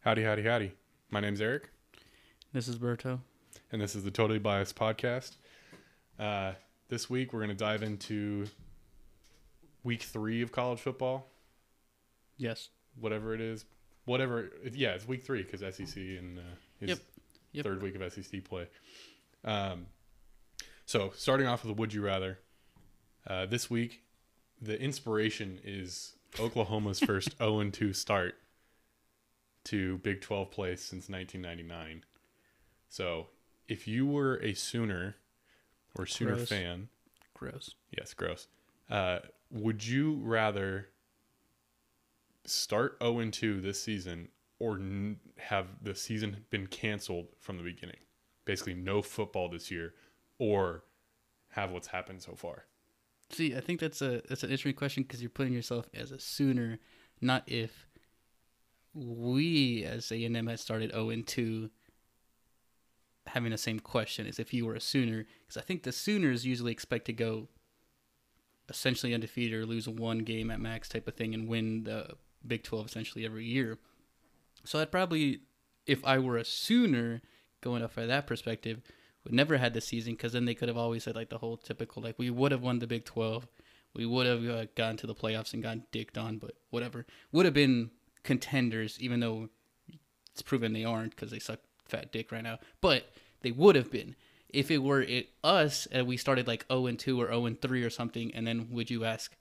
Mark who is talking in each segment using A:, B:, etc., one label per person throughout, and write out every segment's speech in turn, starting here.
A: Howdy, howdy, howdy. My name's Eric,
B: This is Berto.
A: and this is the Totally Biased Podcast. Uh, this week, we're going to dive into week three of college football,
B: Yes.
A: whatever it is. Whatever, yeah, it's week three because SEC and uh, is
B: Yep. Yep.
A: third week of SEC play. Um, so, starting off with a would you rather, uh, this week, the inspiration is Oklahoma's first 0 2 start to Big 12 play since 1999. So, if you were a Sooner or Sooner
B: Gross.
A: fan,
B: Gross.
A: Yes, gross. Uh, would you rather start 0 and 2 this season or n- have the season been canceled from the beginning? Basically, no football this year or have what's happened so far?
B: See, I think that's a that's an interesting question because you're putting yourself as a Sooner, not if we as A and M had started zero and two. Having the same question as if you were a Sooner, because I think the Sooners usually expect to go essentially undefeated or lose one game at max type of thing and win the Big Twelve essentially every year. So I'd probably, if I were a Sooner, going off by that perspective, would never had the season because then they could have always said like the whole typical like we would have won the Big Twelve, we would have uh, gotten to the playoffs and gotten dicked on, but whatever would have been contenders even though it's proven they aren't because they suck fat dick right now. But they would have been if it were it us and we started like zero and two or zero and three or something, and then would you ask?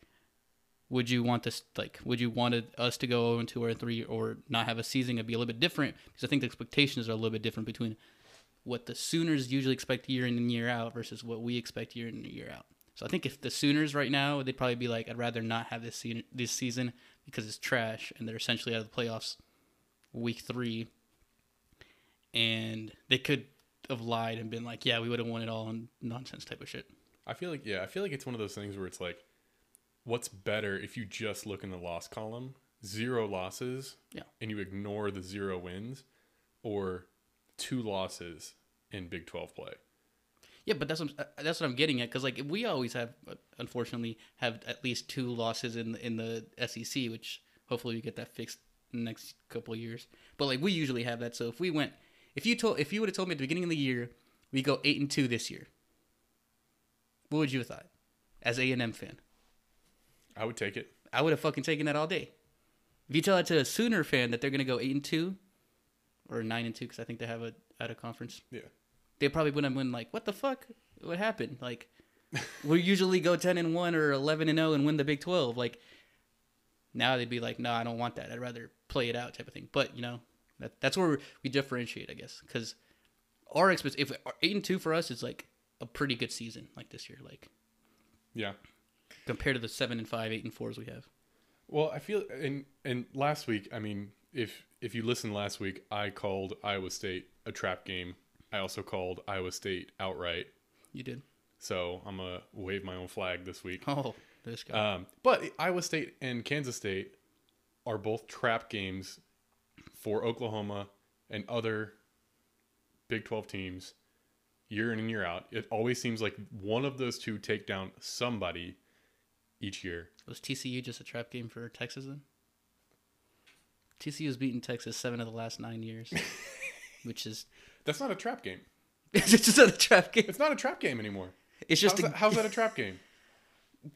B: would you want this like would you wanted us to go 0 and 2 or 3 or not have a season and be a little bit different because i think the expectations are a little bit different between what the sooners usually expect year in and year out versus what we expect year in and year out so i think if the sooners right now they'd probably be like i'd rather not have this season this season because it's trash and they're essentially out of the playoffs week 3 and they could have lied and been like yeah we would have won it all and nonsense type of shit
A: I feel like, yeah, I feel like it's one of those things where it's like, what's better if you just look in the loss column, zero losses,
B: Yeah.
A: and you ignore the zero wins, or two losses in Big 12 play?
B: Yeah, but that's what I'm, uh, that's what I'm getting at because like we always have, uh, unfortunately, have at least two losses in the, in the SEC, which hopefully we get that fixed in the next couple of years. But like we usually have that, so if we went, if you told, if you would have told me at the beginning of the year we go eight and two this year, what would you have thought, as A and M fan?
A: I would take it.
B: I would have fucking taken that all day. If you tell that to a Sooner fan that they're gonna go eight and two, or nine and two, because I think they have a at a conference
A: Yeah.
B: they probably wouldn't have been like, "What the fuck? What happened?" Like, we usually go ten and one or eleven and zero and win the Big Twelve. Like, now they'd be like, "No, I don't want that. I'd rather play it out," type of thing. But you know, that that's where we differentiate, I guess, because our expense if eight and two for us is like a pretty good season, like this year, like
A: Yeah.
B: compared to the seven and five, eight and fours we have.
A: Well, I feel and and last week, I mean, if if you listen last week, I called Iowa State a trap game. I also called Iowa State outright.
B: You did.
A: So I'm gonna wave my own flag this week.
B: Oh, this guy.
A: Um, but Iowa State and Kansas State are both trap games for Oklahoma and other Big 12 teams year in and year out. It always seems like one of those two take down somebody each year.
B: Was TCU just a trap game for Texas then? TCU's beaten Texas seven of the last nine years, which is
A: That's not a trap game.
B: it's just not a trap game.
A: It's not a trap game anymore.
B: It's just
A: How's,
B: a,
A: that, how's that a trap game?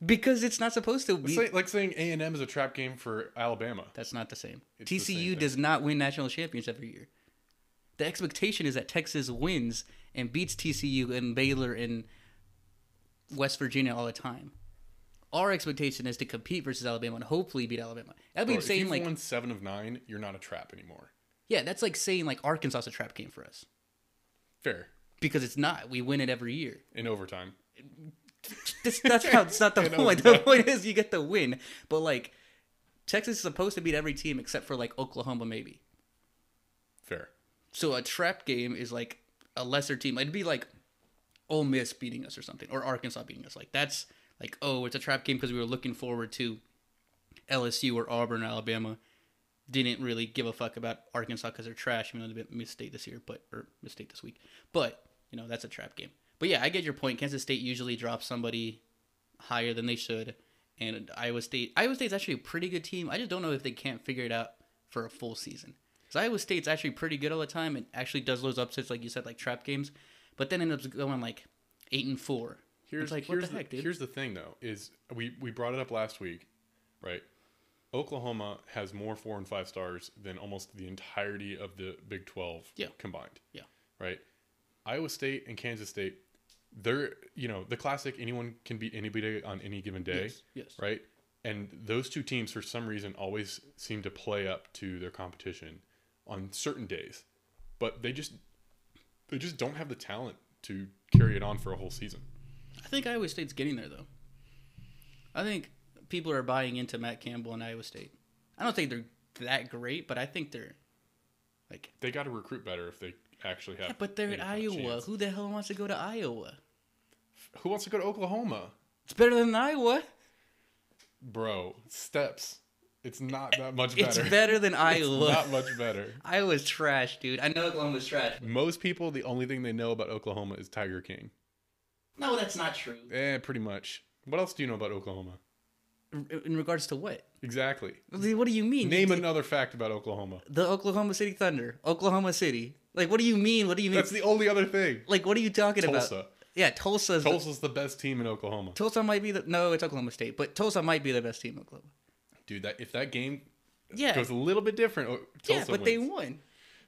B: because it's not supposed to be.
A: It's like, like saying A and M is a trap game for Alabama.
B: That's not the same.
A: It's the same
B: TCU
A: thing.
B: does not win national champions every year. The expectation is that Texas wins and beats TCU and Baylor and West Virginia all the time. Our expectation is to compete versus Alabama and hopefully beat Alabama. That'd be
A: Bro, if
B: saying
A: you've
B: like,
A: won seven of nine, you're not a trap anymore.
B: yeah, that's like saying like Arkansas is a trap game for us
A: Fair
B: because it's not. We win it every year.
A: in overtime.
B: That's, that's how, it's not the
A: And
B: point. The point is you get the win. But like Texas is supposed to beat every team except for like Oklahoma, maybe.
A: Fair.
B: So a trap game is like a lesser team. It'd be like Ole Miss beating us or something, or Arkansas beating us. Like that's like oh, it's a trap game because we were looking forward to LSU or Auburn, or Alabama. Didn't really give a fuck about Arkansas because they're trash. Even though they mistake this year, but or mistake this week, but you know that's a trap game. But yeah, I get your point. Kansas State usually drops somebody higher than they should, and Iowa State. Iowa State's actually a pretty good team. I just don't know if they can't figure it out for a full season. Because Iowa State's actually pretty good all the time and actually does those upsets, like you said, like trap games, but then ends up going like eight and four.
A: Here's
B: it's like
A: here's
B: what the heck, dude?
A: Here's the thing though, is we we brought it up last week, right? Oklahoma has more four and five stars than almost the entirety of the Big Twelve
B: Yeah.
A: combined.
B: Yeah.
A: Right? Iowa State and Kansas State, they're you know, the classic anyone can beat anybody on any given day.
B: Yes, yes.
A: Right? And those two teams for some reason always seem to play up to their competition on certain days. But they just they just don't have the talent to carry it on for a whole season.
B: I think Iowa State's getting there though. I think people are buying into Matt Campbell and Iowa State. I don't think they're that great, but I think they're like
A: They got to recruit better if they actually have.
B: yeah, but they're
A: any
B: at
A: kind of
B: Iowa.
A: chance.
B: Who the hell wants to go to Iowa?
A: Who wants to go to Oklahoma,
B: It's better than Iowa.
A: bro? Steps. It's not that much
B: It's
A: better.
B: better than
A: It's
B: Iowa.
A: not much better.
B: Iowa's trash, dude. I know Oklahoma's trash.
A: Most people, the only thing they know about Oklahoma is Tiger King.
B: No, that's not true.
A: Eh, pretty much. What else do you know about Oklahoma?
B: In regards to what?
A: Exactly.
B: What do you mean?
A: Name another fact about Oklahoma.
B: the Oklahoma City Thunder, Oklahoma City. Like, what do you mean? What do you mean?
A: That's the only other thing.
B: like, what are you talking
A: Tulsa.
B: about? Yeah, Tulsa's Tulsa.
A: Tulsa's the best team in Oklahoma,
B: Tulsa might be the no, it's Oklahoma State, but Tulsa might be the best team in Oklahoma.
A: dude. That if that game
B: Yeah,
A: goes a little bit different, O- Tulsa
B: yeah, but
A: wins.
B: they won.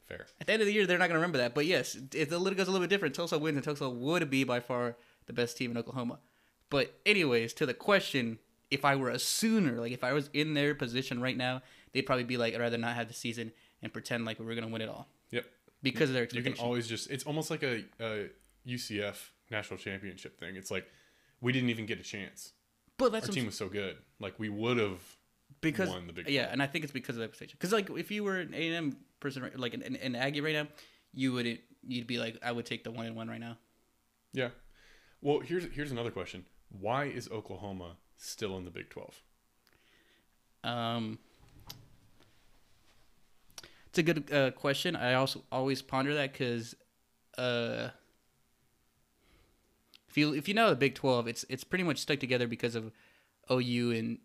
A: Fair.
B: At the end of the year, they're not going to remember that. But yes, if the little goes a little bit different, Tulsa wins, and Tulsa would be by far the best team in Oklahoma. But anyways, to the question, if I were a Sooner, like if I was in their position right now, they'd probably be like, I'd rather not have the season and pretend like we were going to win it all
A: Yep.
B: because of their
A: you can
B: expectations.
A: always just it's almost like a, a UCF national championship thing. It's like we didn't even get a chance.
B: but that's
A: Our
B: what I'm
A: team was so good. Like we would have
B: because
A: won the Big
B: yeah, and I think it's because of the expectation. Because like if you were an A and M person, right- like an, an, an Aggie right now, you would you'd be like, I would take the one and one right now.
A: Yeah. Well, here's here's another question. Why is Oklahoma still in the Big 12?
B: Um, it's a good uh, question. I also always ponder that because uh, if you if you know the Big Twelve, it's it's pretty much stuck together because of OU and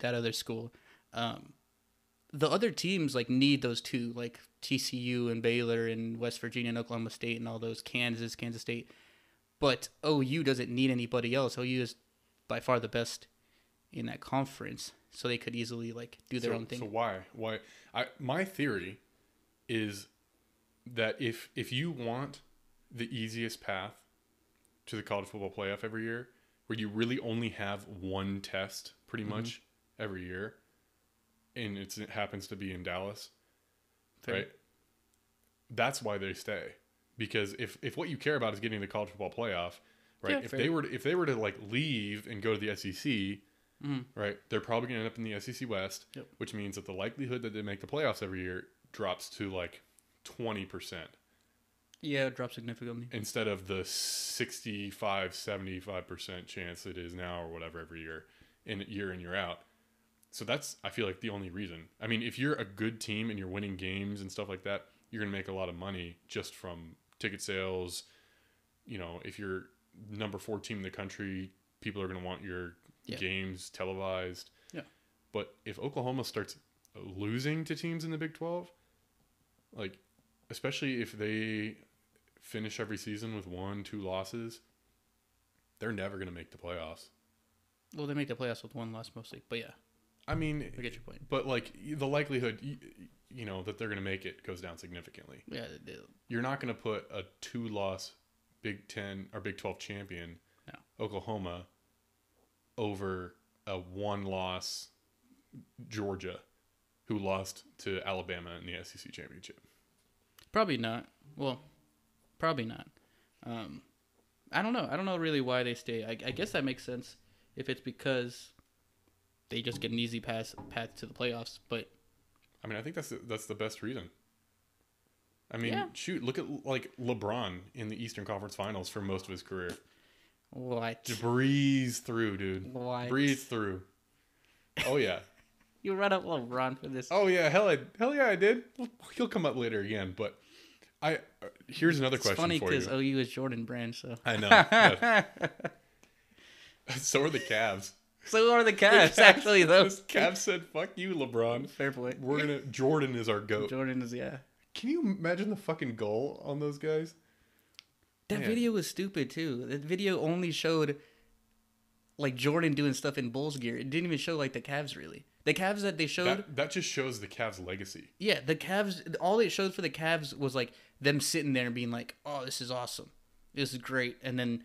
B: that other school. Um, the other teams like need those two, like TCU and Baylor and West Virginia and Oklahoma State and all those Kansas, Kansas State. But OU doesn't need anybody else. OU is by far the best in that conference, so they could easily like do their
A: so,
B: own thing.
A: so why? Why I my theory is that if if you want the easiest path to the college football playoff every year, where you really only have one test pretty
B: Mm-hmm.
A: much every year, and it's, it happens to be in Dallas,
B: Fair.
A: right? That's why they stay, because if if what you care about is getting the college football playoff, right?
B: Yeah,
A: if
B: fair.
A: they were to, if they were to like leave and go to the SEC,
B: Mhm.
A: right? They're probably going to end up in the SEC West,
B: Yep.
A: which means that the likelihood that they make the playoffs every year drops to like twenty percent
B: Yeah, it dropped significantly.
A: instead of the 65 75% chance it is now or whatever every year in year in year out so that's i feel like the only reason i mean if you're a good team and you're winning games and stuff like that you're going to make a lot of money just from ticket sales you know if you're number 4 team in the country people are going to want your
B: Yeah.
A: games televised
B: Yeah.
A: but if oklahoma starts losing to teams in the big 12 like especially if they finish every season with one, two losses, they're never going to make the playoffs.
B: Well, they make the playoffs with one loss mostly, but yeah,
A: I mean,
B: I get your point.
A: but like the likelihood, y- you know, that they're going to make it goes down significantly.
B: Yeah, they, they-
A: You're not going to put a two loss Big 10 or Big 12 champion, Oklahoma, over a one loss Georgia who lost to Alabama in the SEC championship.
B: probably not. Well, probably not. Um, I don't know. I don't know really why they stay. I, I guess that makes sense if it's because they just get an easy pass path to the playoffs. But
A: I mean, I think that's the, that's the best reason. I mean,
B: Yeah.
A: shoot, look at like LeBron in the Eastern Conference Finals for most of his career.
B: what?
A: Just breeze through, dude.
B: What?
A: Breeze through. Oh yeah.
B: You run up LeBron for this.
A: Oh yeah. Hell, I, hell yeah, I did. He'll come up later again, but I uh, here's another
B: it's
A: question
B: funny
A: for you.
B: because OU is Jordan Brand, so
A: I know. yeah. so are the Cavs.
B: So are the Cavs, actually, though.
A: This Cavs said, "Fuck you, LeBron.
B: Fair play.
A: We're gonna Jordan is our goat."
B: Jordan is, yeah.
A: Can you imagine the fucking goal on those guys?
B: That
A: Man.
B: video was stupid, too. That video only showed, like, Jordan doing stuff in Bulls gear. It didn't even show, like, the Cavs, really. The Cavs that they showed,
A: That that just shows the Cavs' legacy.
B: yeah, the Cavs, all it showed for the Cavs was, like, them sitting there and being like, oh, this is awesome. This is great. And then,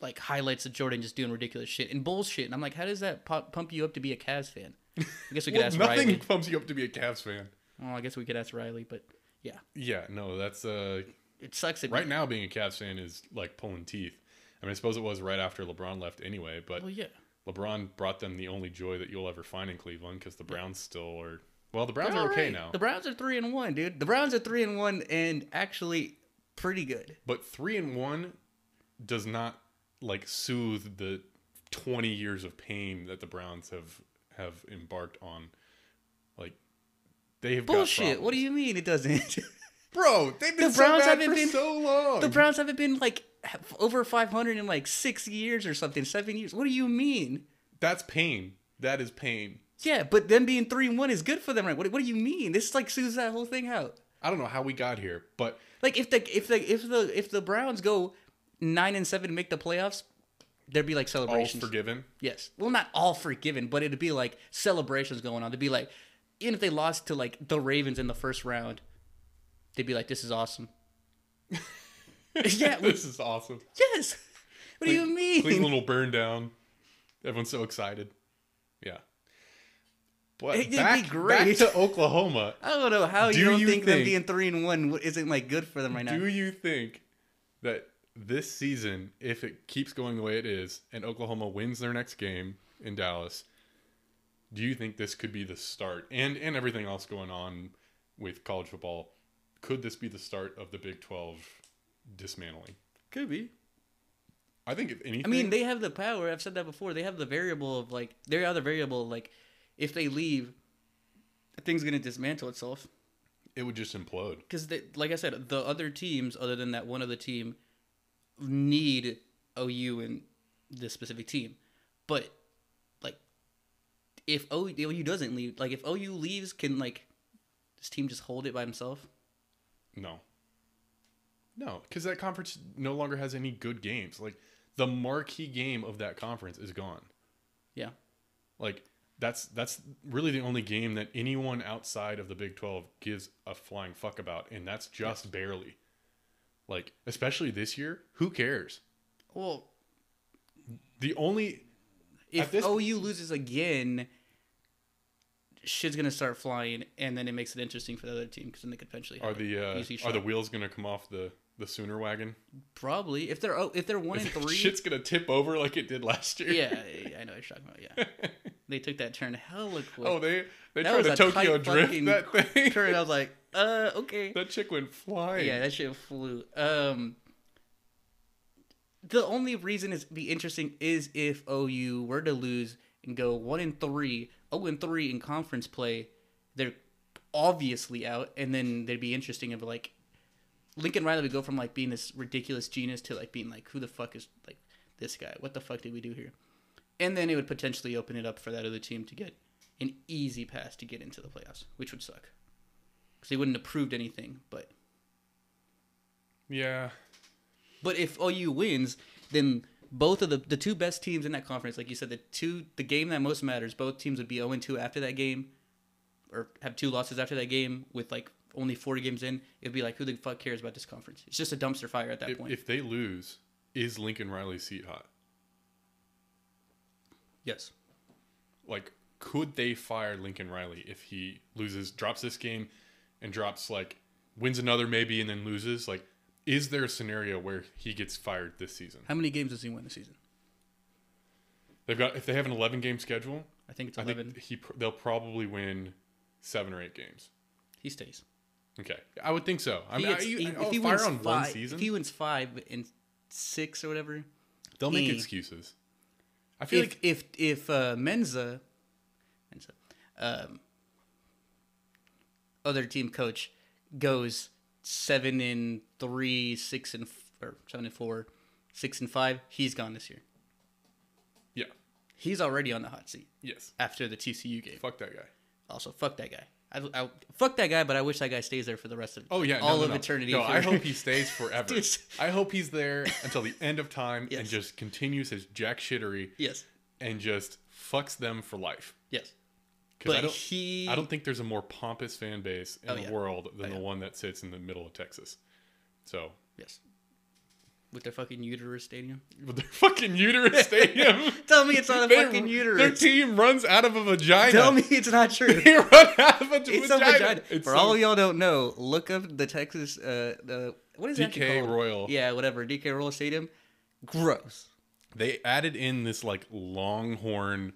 B: like, highlights of Jordan just doing ridiculous shit and bullshit. And I'm like, how does that pop, pump you up to be a Cavs fan? I guess we could
A: Well,
B: ask
A: nothing
B: Riley.
A: pumps you up to be a Cavs fan.
B: Well, I guess we could ask Riley, but yeah,
A: Yeah, no, that's uh
B: it sucks. That
A: right now being a Cavs fan is like pulling teeth. I mean, I suppose it was right after LeBron left anyway, but
B: Well, yeah.
A: LeBron brought them the only joy that you'll ever find in Cleveland because the Browns still are. Well, the Browns
B: They're
A: are
B: all
A: okay
B: right.
A: now,
B: The Browns are three and one, dude. The Browns are three and one and actually pretty good.
A: but three and one does not like soothe the twenty years of pain that the Browns have have embarked on. Like they have got
B: Bullshit. What do
A: problems.
B: you mean it doesn't?
A: bro? They've been
B: The
A: so
B: Browns
A: bad
B: haven't
A: for
B: been-
A: so long.
B: the Browns haven't been like have- over five hundred in like six years or something, seven years. What do you mean?
A: That's pain. That is pain.
B: Yeah, but them being three and one is good for them, right? What, what do you mean? This like soothes that whole thing out.
A: I don't know how we got here, but
B: Like if the if the if the if the Browns go nine and seven to make the playoffs, there'd be like
A: all
B: celebrations.
A: forgiven.
B: Yes. Well, not all forgiven, but it'd be like celebrations going on. They'd be like, even if they lost to like the Ravens in the first round, they'd be like, "This is awesome." Yeah, we-
A: this is awesome.
B: Yes. What do you mean?
A: Cleveland will burn down. Everyone's so excited. Yeah. But
B: It'd be
A: back,
B: great.
A: back to Oklahoma.
B: I don't know how
A: Do
B: you don't
A: you
B: think, them
A: think-
B: being three and one w- isn't like good for them right now.
A: Do you think that this season, if it keeps going the way it is, and Oklahoma wins their next game in Dallas, do you think this could be the start and and everything else going on with college football? Could this be the start of the Big Twelve dismantling?
B: Could be.
A: I think if anything,
B: I mean, they have the power. I've said that before. They have the variable of like they are the variable of, like if they leave, the thing's gonna dismantle itself.
A: it would just implode.
B: because like I said, the other teams, other than that one other team, need OU and this specific team. But like, if OU, OU doesn't leave, like if OU leaves, can like this team just hold it by himself?
A: No. No, because that conference no longer has any good games. Like the marquee game of that conference is gone.
B: Yeah,
A: Like that's that's really the only game that anyone outside of the Big Twelve gives a flying fuck about, and that's just barely. Like especially this year, who cares?
B: well,
A: The only
B: if
A: At this-
B: OU loses again, shit's gonna start flying, and then it makes it interesting for the other team because then they could potentially
A: are
B: have
A: the uh,
B: easy
A: are
B: shot.
A: the wheels gonna come off the the Sooner wagon?
B: probably if they're oh, if they're one and three.
A: Shit's gonna tip over like it did last year.
B: yeah, I- I know what you're talking about. Yeah, they took that turn hella quick.
A: Oh, they they
B: That
A: tried
B: was
A: to
B: a
A: Tokyo
B: tight
A: drift
B: fucking
A: that thing.
B: turn. I was like, uh, okay.
A: that chick went flying.
B: Yeah, that shit flew. Um, the only reason it's be interesting is if OU were to lose and go one and three, zero and three in conference play, they're obviously out, and then they'd be interesting of like Lincoln Riley would go from like being this ridiculous genius to like being like, who the fuck is like this guy? What the fuck did we do here? And then it would potentially open it up for that other team to get an easy pass to get into the playoffs, which would suck because they wouldn't have proved anything. But
A: yeah.
B: But if OU wins, then both of the the two best teams in that conference, like you said, the two the game that most matters, both teams would be 0 2 after that game, or have two losses after that game with like only four games in. It'd be like who the fuck cares about this conference? It's just a dumpster fire at that
A: If,
B: point.
A: if they lose, is Lincoln Riley's seat hot?
B: yes.
A: Like, could they fire Lincoln Riley if he loses, drops this game, and drops like wins another maybe and then loses? Like, is there a scenario where he gets fired this season?
B: How many games does he win this season?
A: They've got if they have an eleven game schedule,
B: I think it's
A: I
B: 11.
A: think he pr- they'll probably win seven or eight games.
B: he stays.
A: Okay, I would think so. I
B: He
A: mean,
B: gets-
A: I, you,
B: he-
A: I'll fire on one
B: five,
A: season,
B: if he wins five and six or whatever,
A: they'll make
B: he-
A: excuses. I feel
B: if
A: like
B: if if uh, Menza, Menza, um, other team coach goes seven and three, six and f- or seven and four, six and five, he's gone this year.
A: yeah,
B: He's already on the hot seat
A: Yes.
B: after the TCU game.
A: Fuck that guy.
B: Also, fuck that guy. I, I fuck that guy, but I wish that guy stays there for the rest of
A: Oh yeah, no,
B: all
A: no,
B: of
A: no.
B: eternity.
A: No,
B: for-
A: I hope he stays forever.
B: Dude.
A: I hope he's there until the end of time
B: Yes.
A: and just continues his jack shittery
B: yes,
A: and just fucks them for life.
B: yes.
A: Because I
B: But
A: don't,
B: he,
A: I don't think there's a more pompous fan base in
B: Oh,
A: the
B: yeah.
A: world than
B: Oh,
A: the
B: yeah.
A: one that sits in the middle of Texas. So
B: yes, with their fucking uterus stadium.
A: with their fucking uterus stadium.
B: Tell me it's not a
A: their-
B: fucking
A: Their
B: uterus.
A: team runs out of a vagina.
B: Tell me it's not true.
A: they run out of a
B: It's a
A: vagina.
B: vagina.
A: It's
B: For
A: so-
B: all y'all don't know, look up the Texas, uh, the what is that actually
A: DK
B: called?
A: Royal.
B: Yeah, whatever. DK Royal Stadium. Gross.
A: they added in this like longhorn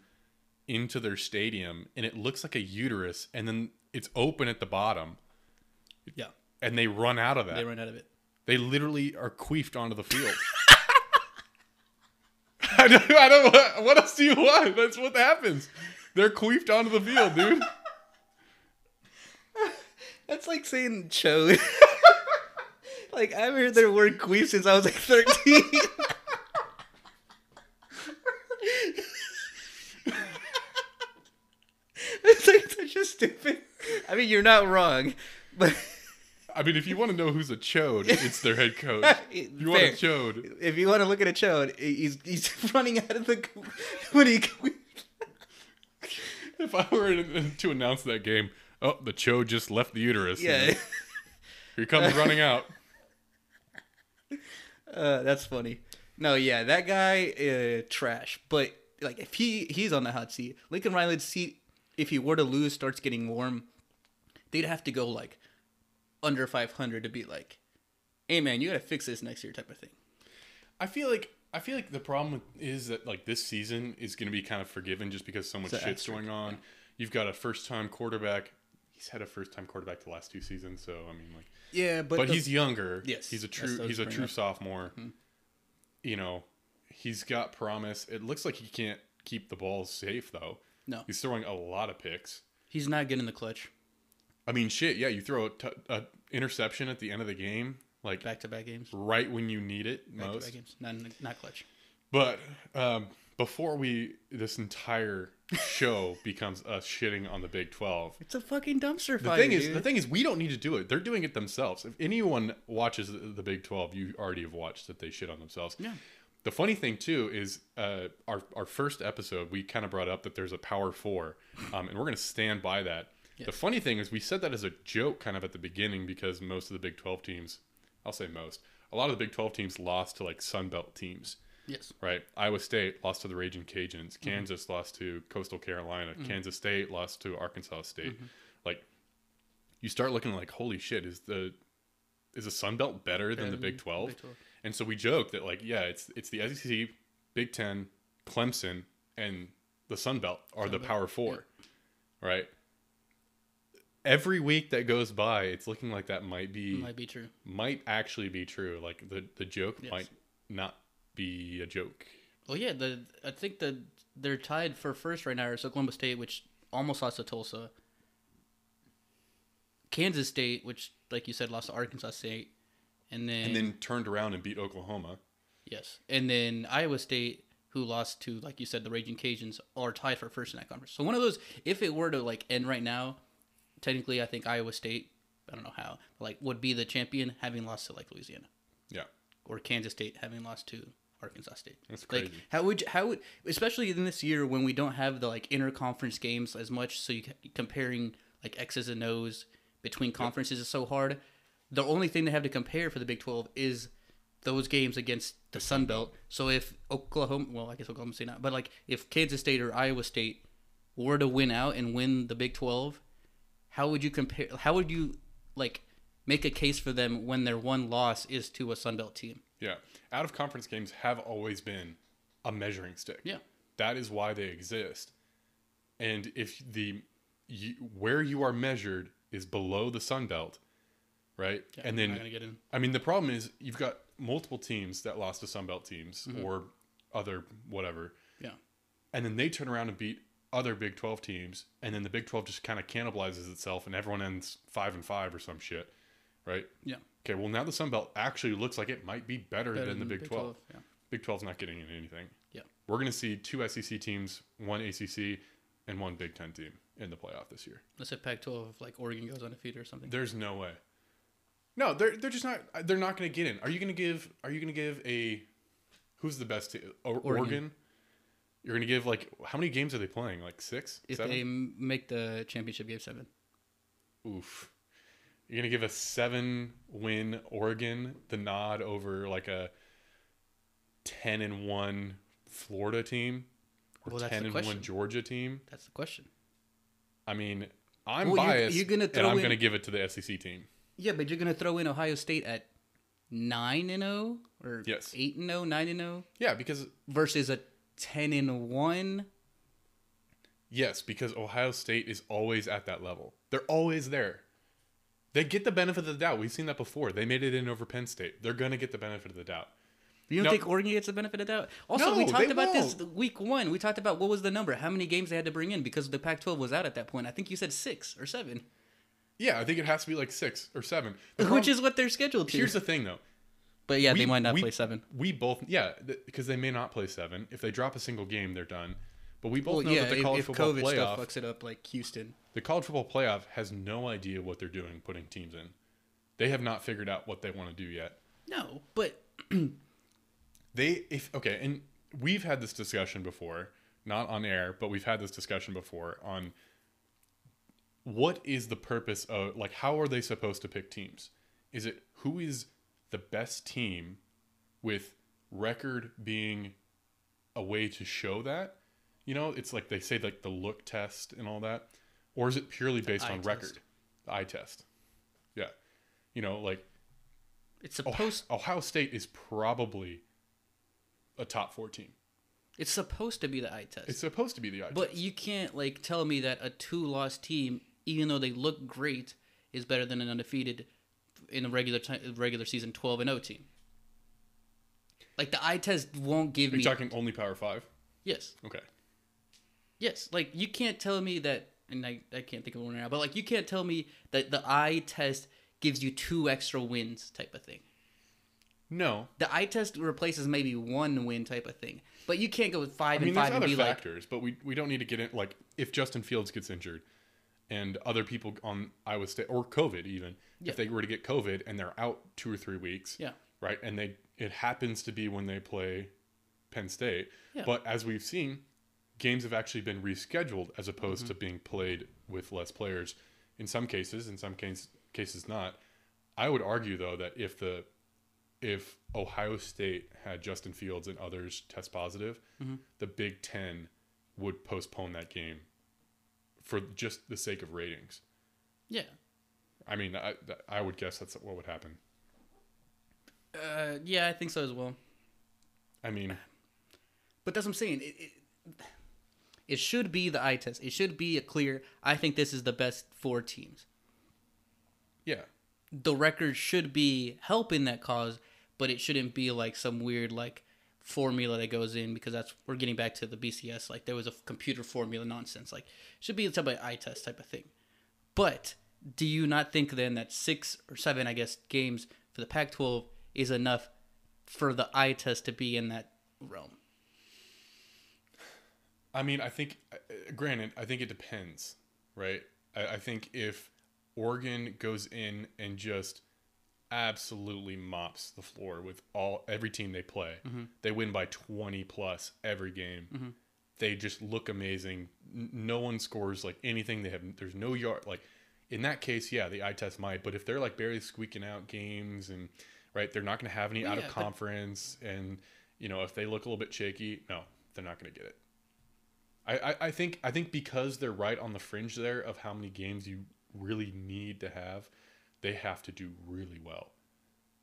A: into their stadium and it looks like a uterus and then it's open at the bottom
B: Yeah,
A: and they run out of that.
B: they
A: They,
B: ran out of it.
A: literally are queefed onto the field. I don't, I don't what, what else do you want? That's what happens. They're queefed onto the field, dude.
B: That's like saying chode. like I've heard their word queef since I was like thirteen. it's like such a stupid. I mean, you're not wrong, but
A: I mean, if you want to know who's a chode, it's their head coach. If you want a
B: Fair.
A: chode,
B: if you want to look at a chode, he's he's running out of the when he.
A: if I were to to announce that game, oh, the chode just left the uterus.
B: Yeah,
A: Here comes running out.
B: uh, that's funny. No, yeah, that guy uh, trash. But like, if he he's on the hot seat, Lincoln Riley's seat, if he were to lose, starts getting warm. They'd have to go like under five hundred to be like, "Hey man, you got to fix this next year," type of thing.
A: I feel like I feel like the problem with, is that like this season is going to be kind of forgiven just because so much
B: It's an
A: shit's
B: asterisk,
A: going on. You've got a first-time quarterback. He's had a first-time quarterback the last two seasons, so I mean, like,
B: Yeah, but,
A: but he's younger.
B: Yes,
A: he's a
B: that's what
A: true
B: I was
A: he's a
B: bringing
A: true
B: up. Mm-hmm.
A: sophomore. You know, he's got promise. It looks like he can't keep the ball safe though.
B: no,
A: He's throwing a lot of picks.
B: he's not getting the clutch
A: I mean, shit. Yeah, you throw a, t- a interception at the end of the game, like
B: back to back games.
A: right when you need it
B: Back to
A: most.
B: back games, not not clutch.
A: But um, before we, this entire show becomes us shitting on the Big Twelve.
B: It's a fucking dumpster
A: The
B: fire.
A: thing is,
B: dude.
A: the thing is, we don't need to do it. They're doing it themselves. If anyone watches the, the Big Twelve, you already have watched that they shit on themselves.
B: Yeah.
A: The funny thing too is, uh, our our first episode, we kind of brought up that there's a Power Four, um, and we're gonna stand by that. The funny thing is, we said that as a joke, kind of at the beginning, because most of the Big Twelve teams, I'll say most, a lot of the Big Twelve teams lost to like Sun Belt teams
B: yes,
A: right? Iowa State lost to the Raging Cajuns. Kansas lost to Coastal Carolina. Kansas State lost to Arkansas State. Like, you start looking like, holy shit, is the is the Sun Belt better than the Big Twelve?
B: Big 12.
A: And so we joke that like, yeah, it's it's the SEC, Big Ten, Clemson, and the Sun Belt are the Power Four, right? Every week that goes by, it's looking like that might be
B: might be true.
A: might actually be true. Like the the joke
B: Yes.
A: might not be a joke.
B: Well, yeah, the I think that they're tied for first right now. Is Oklahoma State, which almost lost to Tulsa. Kansas State, which, like you said, lost to Arkansas State, and then,
A: and then turned around and beat Oklahoma.
B: yes, and then Iowa State, who lost to, like you said, the Raging Cajuns, are tied for first in that conference. So one of those, if it were to like end right now, technically, I think Iowa State, I don't know how, but, like would be the champion, having lost to like Louisiana.
A: Yeah.
B: or Kansas State having lost to Arkansas State.
A: That's
B: Like,
A: crazy.
B: how would you, how would especially in this year when we don't have the like interconference games as much, so you c- comparing like X's and O's between conferences is so hard. The only thing they have to compare for the Big Twelve is those games against the Sun Belt. So if Oklahoma, well, I guess Oklahoma State not, but like if Kansas State or Iowa State were to win out and win the Big Twelve, how would you compare? How would you like make a case for them when their one loss is to a Sun Belt team?
A: Yeah. Out of conference games have always been a measuring stick.
B: Yeah.
A: That is why they exist. And if the you, where you are measured is below the Sun Belt, right? and
B: I'm not
A: then
B: gonna get in.
A: I mean the problem is you've got multiple teams that lost to Sun Belt teams or other whatever.
B: Yeah,
A: and then they turn around and beat other Big 12 teams, and then the Big 12 just kind of cannibalizes itself, and everyone ends five and five or some shit, right?
B: yeah.
A: Okay, well now the Sun Belt actually looks like it might be better, than the Big, 12.
B: Yeah,
A: Big 12's not getting in anything.
B: Yeah.
A: We're going to see two SEC teams, one ACC, and one Big Ten team in the playoff this year.
B: Let's say Pac-12, like Oregon goes undefeated or something.
A: There's no way. No, they're they're just not. They're not going to get in. Are you going to give? Are you going to give a? Who's the best? T- o- Oregon. You're going to give like how many games are they playing? Like six,
B: If
A: seven.
B: they m- make the championship game seven,
A: Oof. You're going to give a seven win Oregon the nod over like a 10 and 1 Florida team or
B: Well, that's
A: 10
B: the
A: and 1
B: question.
A: Georgia team.
B: that's the question.
A: I mean, I'm
B: Well, you're-
A: biased
B: you're gonna
A: and
B: throw
A: I'm
B: in-
A: going to give it to the SEC team.
B: Yeah, but you're gonna throw in Ohio State at nine and zero or
A: Yes.
B: eight and 0, 9 and zero
A: Yeah, because
B: versus a ten and one.
A: yes, because Ohio State is always at that level. They're always there. They get the benefit of the doubt. We've seen that before. They made it in over Penn State. They're going to get the benefit of the doubt.
B: You don't
A: No.
B: think Oregon gets the benefit of the doubt? Also,
A: No,
B: we talked
A: they
B: about this
A: won't.
B: th- week one. We talked about what was the number, how many games they had to bring in because the Pac-12 was out at that point. I think you said six or seven,
A: Yeah, I think it has to be like 6 or 7. The
B: which
A: problem-
B: is what they're scheduled to.
A: Here's the thing though.
B: but yeah, they
A: we-
B: might not
A: we-
B: play seven.
A: we both yeah because they may not play seven if they drop a single game they're done but we both
B: Well,
A: know
B: yeah,
A: that the
B: if-
A: college
B: if,
A: football
B: COVID
A: playoff
B: stuff fucks it up, like Houston,
A: the college football playoff has no idea what they're doing putting teams in they have not figured out what they want to do yet
B: no, but
A: they if okay and we've had this discussion before not on air but we've had this discussion before on what is the purpose of like how are they supposed to pick teams is it who is the best team with record being a way to show that you know it's like they say like the look test and all that or is it purely based
B: eye
A: on
B: test.
A: record the eye test yeah you know like
B: it's
A: Oh-
B: supposed
A: Ohio State is probably a top four team.
B: it's supposed to be the eye test.
A: It's supposed to be the eye
B: But you can't like tell me that a two-loss team, even though they look great, is better than an undefeated in a regular time, regular season twelve and zero team. Like the eye test won't give
A: Are you
B: me
A: talking only Power Five?
B: yes,
A: Okay.
B: yes. Like you can't tell me that, and I, I can't think of one right now. But like you can't tell me that the eye test gives you two extra wins type of thing.
A: No.
B: The eye test replaces maybe one win type of thing. But you can't go with five
A: I mean,
B: and
A: there's
B: five and
A: other
B: be like
A: factors, but we, we don't need to get in. Like, if Justin Fields gets injured and other people on Iowa State, or COVID even,
B: Yeah.
A: if they were to get COVID and they're out two or three weeks,
B: yeah.
A: right? And they it happens to be when they play Penn State.
B: Yeah.
A: But as we've seen, games have actually been rescheduled as opposed to being played with less players in some cases, in some case, cases not. I would argue though that if the if Ohio State had Justin Fields and others test positive, the Big 10 would postpone that game for just the sake of ratings.
B: Yeah.
A: I mean, I, I would guess that's what would happen.
B: Uh, yeah, I think so as well.
A: I mean,
B: But that's what I'm saying. It, it, it should be the eye test. It should be a clear. I think this is the best four teams.
A: yeah.
B: The record should be helping that cause, but it shouldn't be like some weird like formula that goes in because that's we're getting back to the BCS. Like there was a computer formula nonsense. Like it should be type of eye test type of thing. But do you not think then that six or seven, I guess, games for the Pac-12 is enough for the eye test to be in that realm?
A: I mean, I think, uh, granted, I think it depends, right? I, I think if Oregon goes in and just absolutely mops the floor with all every team they play,
B: Mm-hmm.
A: they win by 20 plus every game. They just look amazing. N- No one scores like anything. They have there's no yard. Like in that case, yeah, the eye test might. But if they're like barely squeaking out games and right, they're not going to have any
B: Well,
A: out
B: yeah,
A: of
B: but-
A: conference. And you know, if they look a little bit shaky, no, they're not going to get it. I, I, I think I think because they're right on the fringe there of how many games you really need to have, they have to do really well.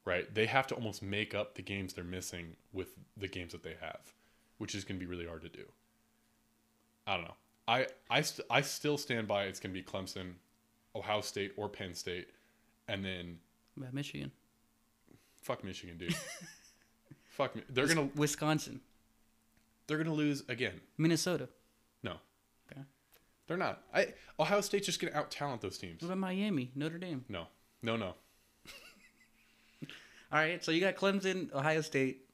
A: Right? They have to almost make up the games they're missing with the games that they have, which is going to be really hard to do. I don't know. I I, st- I still stand by it's going to be Clemson, Ohio State or Penn State and then
B: What About Michigan.
A: fuck Michigan, dude. fuck me. They're going to
B: Wisconsin,
A: they're going to lose again.
B: Minnesota.
A: No.
B: Okay.
A: They're not. I Ohio State's just going to out talent those teams.
B: What about Miami, Notre Dame?
A: No, no, no.
B: All right, so you got Clemson, Ohio State.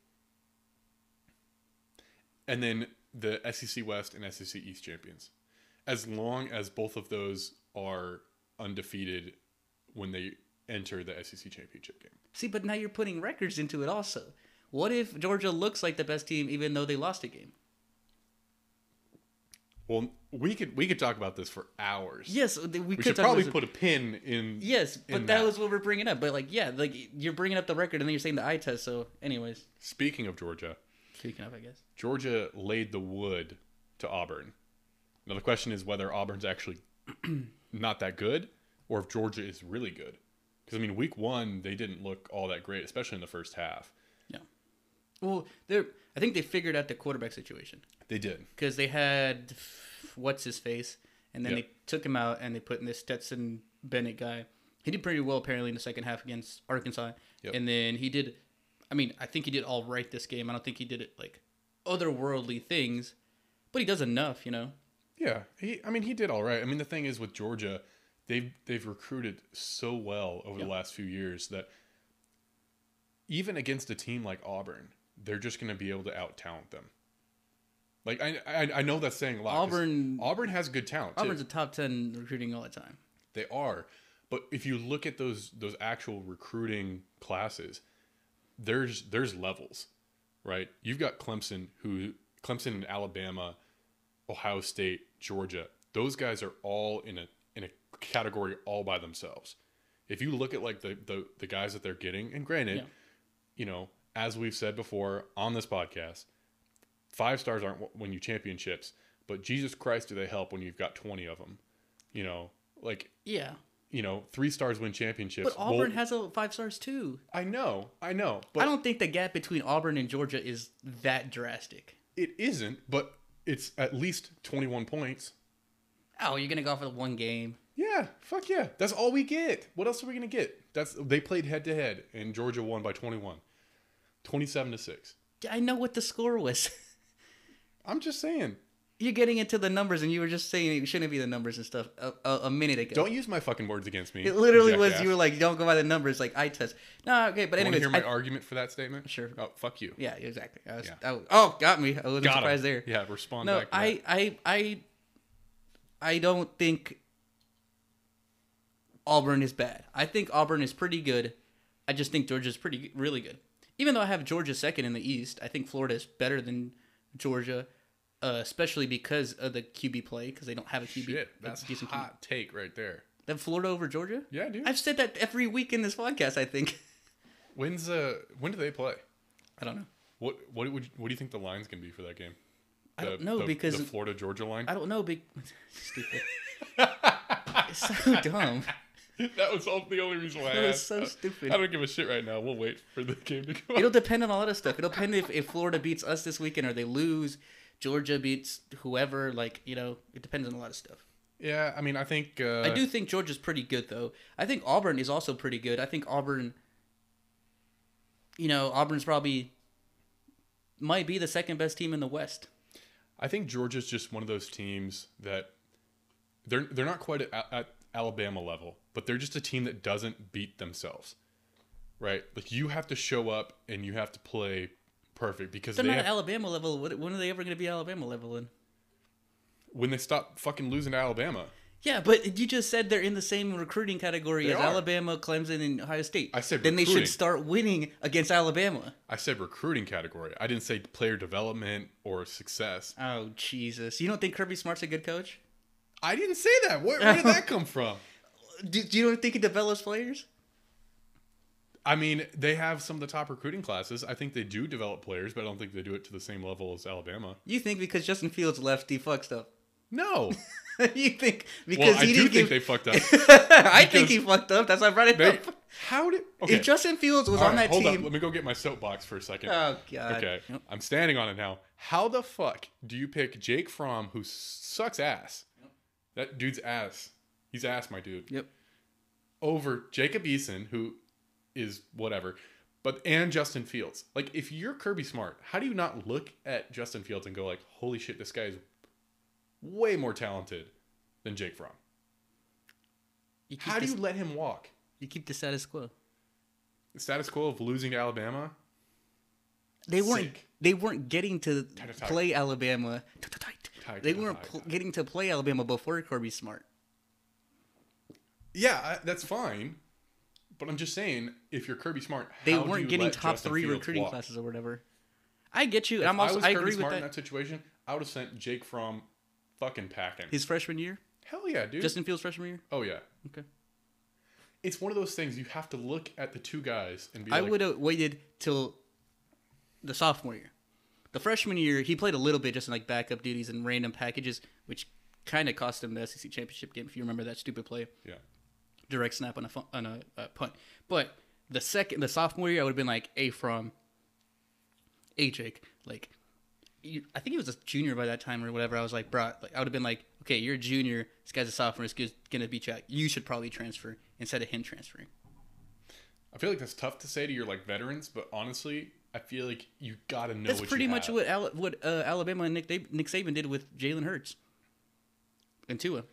A: and then the SEC West and SEC East champions. As long as both of those are undefeated when they enter the SEC championship game.
B: See, but now you're putting records into it also. What if Georgia looks like the best team even though they lost a game?
A: Well, we could we could talk about this for hours.
B: Yes, th- we,
A: we
B: could
A: should
B: talk about
A: probably
B: this-
A: put a pin in.
B: Yes, but
A: in
B: that,
A: that.
B: was what we're bringing up. But like, yeah, like you're bringing up the record and then you're saying the eye test. So, anyways,
A: Speaking of Georgia,
B: speaking of, I guess.
A: Georgia laid the wood to Auburn. Now the question is whether Auburn's actually not that good, or if Georgia is really good. Because I mean, week one they didn't look all that great, especially in the first half.
B: Well, they're. I think they figured out the quarterback situation
A: They did.
B: because they had what's his face, and then
A: Yeah.
B: they took him out and they put in this Stetson Bennett guy. He did pretty well apparently in the second half against Arkansas,
A: Yep.
B: and then he did. I mean, I think he did all right this game. I don't think he did it like otherworldly things, but he does enough, you know.
A: Yeah, he. I mean, he did all right. I mean, the thing is with Georgia, they've they've recruited so well over
B: Yeah.
A: the last few years that even against a team like Auburn, they're just going to be able to out talent them. Like I, I I know that's saying a lot. 'cause
B: Auburn-
A: Auburn has good talent. too.
B: Auburn's a top ten recruiting all the time.
A: They are. But if you look at those those actual recruiting classes, there's there's levels, right? You've got Clemson who Clemson and Alabama, Ohio State, Georgia. Those guys are all in a in a category all by themselves. If you look at like the the, the guys that they're getting, and granted,
B: Yeah.
A: you know, as we've said before on this podcast, five stars aren't wh- when you championships, but Jesus Christ, do they help when you've got twenty of them? You know, like
B: Yeah,
A: you know, three stars win championships.
B: but Auburn
A: Well,
B: has a five stars too.
A: I know, I know,
B: I
A: but
B: don't think the gap between Auburn and Georgia is that drastic.
A: it isn't. But it's at least twenty-one points.
B: Oh, you're gonna go for the one game.
A: Yeah, fuck yeah. That's all we get. What else are we gonna get? That's they played head to head, and Georgia won by 21. 27 to six.
B: I know what the score was.
A: I'm just saying.
B: you're getting into the numbers, and you were just saying it shouldn't be the numbers and stuff a, a, a minute ago.
A: Don't use my fucking words against me.
B: it literally
A: you
B: was.
A: jackass.
B: You were like, "Don't go by the numbers." Like I test. No, okay, but
A: Wanna
B: anyways,
A: hear my
B: I-
A: argument for that statement?
B: Sure.
A: Oh, fuck you.
B: yeah, exactly. I was,
A: Yeah.
B: I was- oh, got me. I wasn't
A: Got 'em.
B: surprised there.
A: Yeah, respond
B: No,
A: back. to that.
B: I, I, I, I don't think Auburn is bad. I think Auburn is pretty good. I just think Georgia's pretty really good. Even though I have Georgia second in the East, I think Florida is better than Georgia, uh, especially because of the QB play because they don't have a QB.
A: Shit,
B: a
A: that's
B: decent QB.
A: hot take right there.
B: Then Florida over Georgia.
A: Yeah, dude.
B: I've said that every week in this podcast. I think.
A: When's uh when do they play?
B: I don't know.
A: What what would what do you think the line's gonna be for that game?
B: I
A: The-
B: don't know
A: the-
B: because
A: the Florida Georgia line.
B: I don't know. Big. Stupid. it's so dumb.
A: that was all, the only reason why. I
B: That was
A: asked.
B: so
A: I-
B: stupid.
A: I don't give a shit right now. We'll wait for the game to come.
B: It'll depend on a lot of stuff. It'll depend if, if Florida beats us this weekend or they lose, Georgia beats whoever. Like you know, it depends on a lot of stuff.
A: yeah, I mean, I think uh,
B: I do think Georgia's pretty good though. I think Auburn is also pretty good. I think Auburn, you know, Auburn's probably might be the second best team in the West.
A: I think Georgia's just one of those teams that they're they're not quite at, at Alabama level, but they're just a team that doesn't beat themselves, right? Like you have to show up and you have to play perfect because
B: They're
A: they
B: not
A: have,
B: Alabama level. What- When are they ever going to be Alabama level in?
A: when they stop fucking losing to Alabama.
B: Yeah, but you just said they're in the same recruiting category
A: They
B: as
A: are.
B: Alabama, Clemson, and Ohio State.
A: I said
B: then they should
A: recruiting.
B: start winning against Alabama.
A: I said recruiting category. I didn't say player development or success.
B: Oh Jesus! You don't think Kirby Smart's a good coach?
A: I didn't say that. Where, where did that come from?
B: Do, do you don't think he develops players?
A: I mean, they have some of the top recruiting classes. I think they do develop players, but I don't think they do it to the same level as Alabama.
B: You think because Justin Fields left, he fucked up?
A: No.
B: you think because
A: well, I
B: he
A: do
B: didn't
A: think
B: give?
A: they fucked up.
B: I think he
A: because-
B: fucked up. That's why I brought it
A: They,
B: up.
A: how did okay?
B: If Justin Fields was
A: All
B: on
A: right,
B: that
A: hold
B: team,
A: up. Let me go get my soapbox for a second.
B: oh god.
A: okay, I'm standing on it now. How the fuck do you pick Jake Fromm, who sucks ass? That dude's ass. He's ass, my dude.
B: Yep.
A: over Jacob Eason, who is whatever, but and Justin Fields. Like, if you're Kirby Smart, how do you not look at Justin Fields and go like, "Holy shit, this guy is way more talented than Jake Fromm"?
B: You keep,
A: How do
B: the,
A: you let him walk?
B: you keep the status quo?
A: The status quo of losing to Alabama.
B: They weren't.
A: Sick.
B: they weren't getting to
A: tight.
B: play Alabama.
A: Tight,
B: They
A: tight,
B: weren't
A: tight,
B: pl- getting to play Alabama before Kirby Smart.
A: Yeah, I, that's fine. But I'm just saying, if you're Kirby Smart,
B: They
A: how do you
B: weren't getting
A: let
B: top
A: Justin
B: three
A: Fields
B: recruiting
A: walk?
B: classes or whatever. I get you. and I'm
A: If
B: also
A: was
B: I
A: Kirby
B: agree with
A: Smart
B: that.
A: in that situation. I would have sent Jake Fromm fucking packing.
B: His freshman year,
A: Hell yeah, dude.
B: Justin Fields' freshman year.
A: oh yeah.
B: Okay.
A: It's one of those things you have to look at the two guys and be
B: I
A: like,
B: would have waited till the sophomore year. The freshman year, he played a little bit just in like backup duties and random packages, which kind of cost him the SEC championship game. If you remember that stupid play,
A: yeah,
B: direct snap on a fu- on a uh, punt. But the second, the sophomore year, I would have been like a from a Jake. Like, you, I think he was a junior by that time or whatever. I was like, bro, like I would have been like, okay, you're a junior. This guy's a sophomore. This guy's gonna beat you. out. You should probably transfer instead of him transferring.
A: I feel like that's tough to say to your like veterans, but honestly, I feel like you gotta know.
B: That's
A: what
B: pretty
A: you
B: much
A: have.
B: what Al- what uh, Alabama and Nick Dab- Nick Saban did with Jalen Hurts and Tua.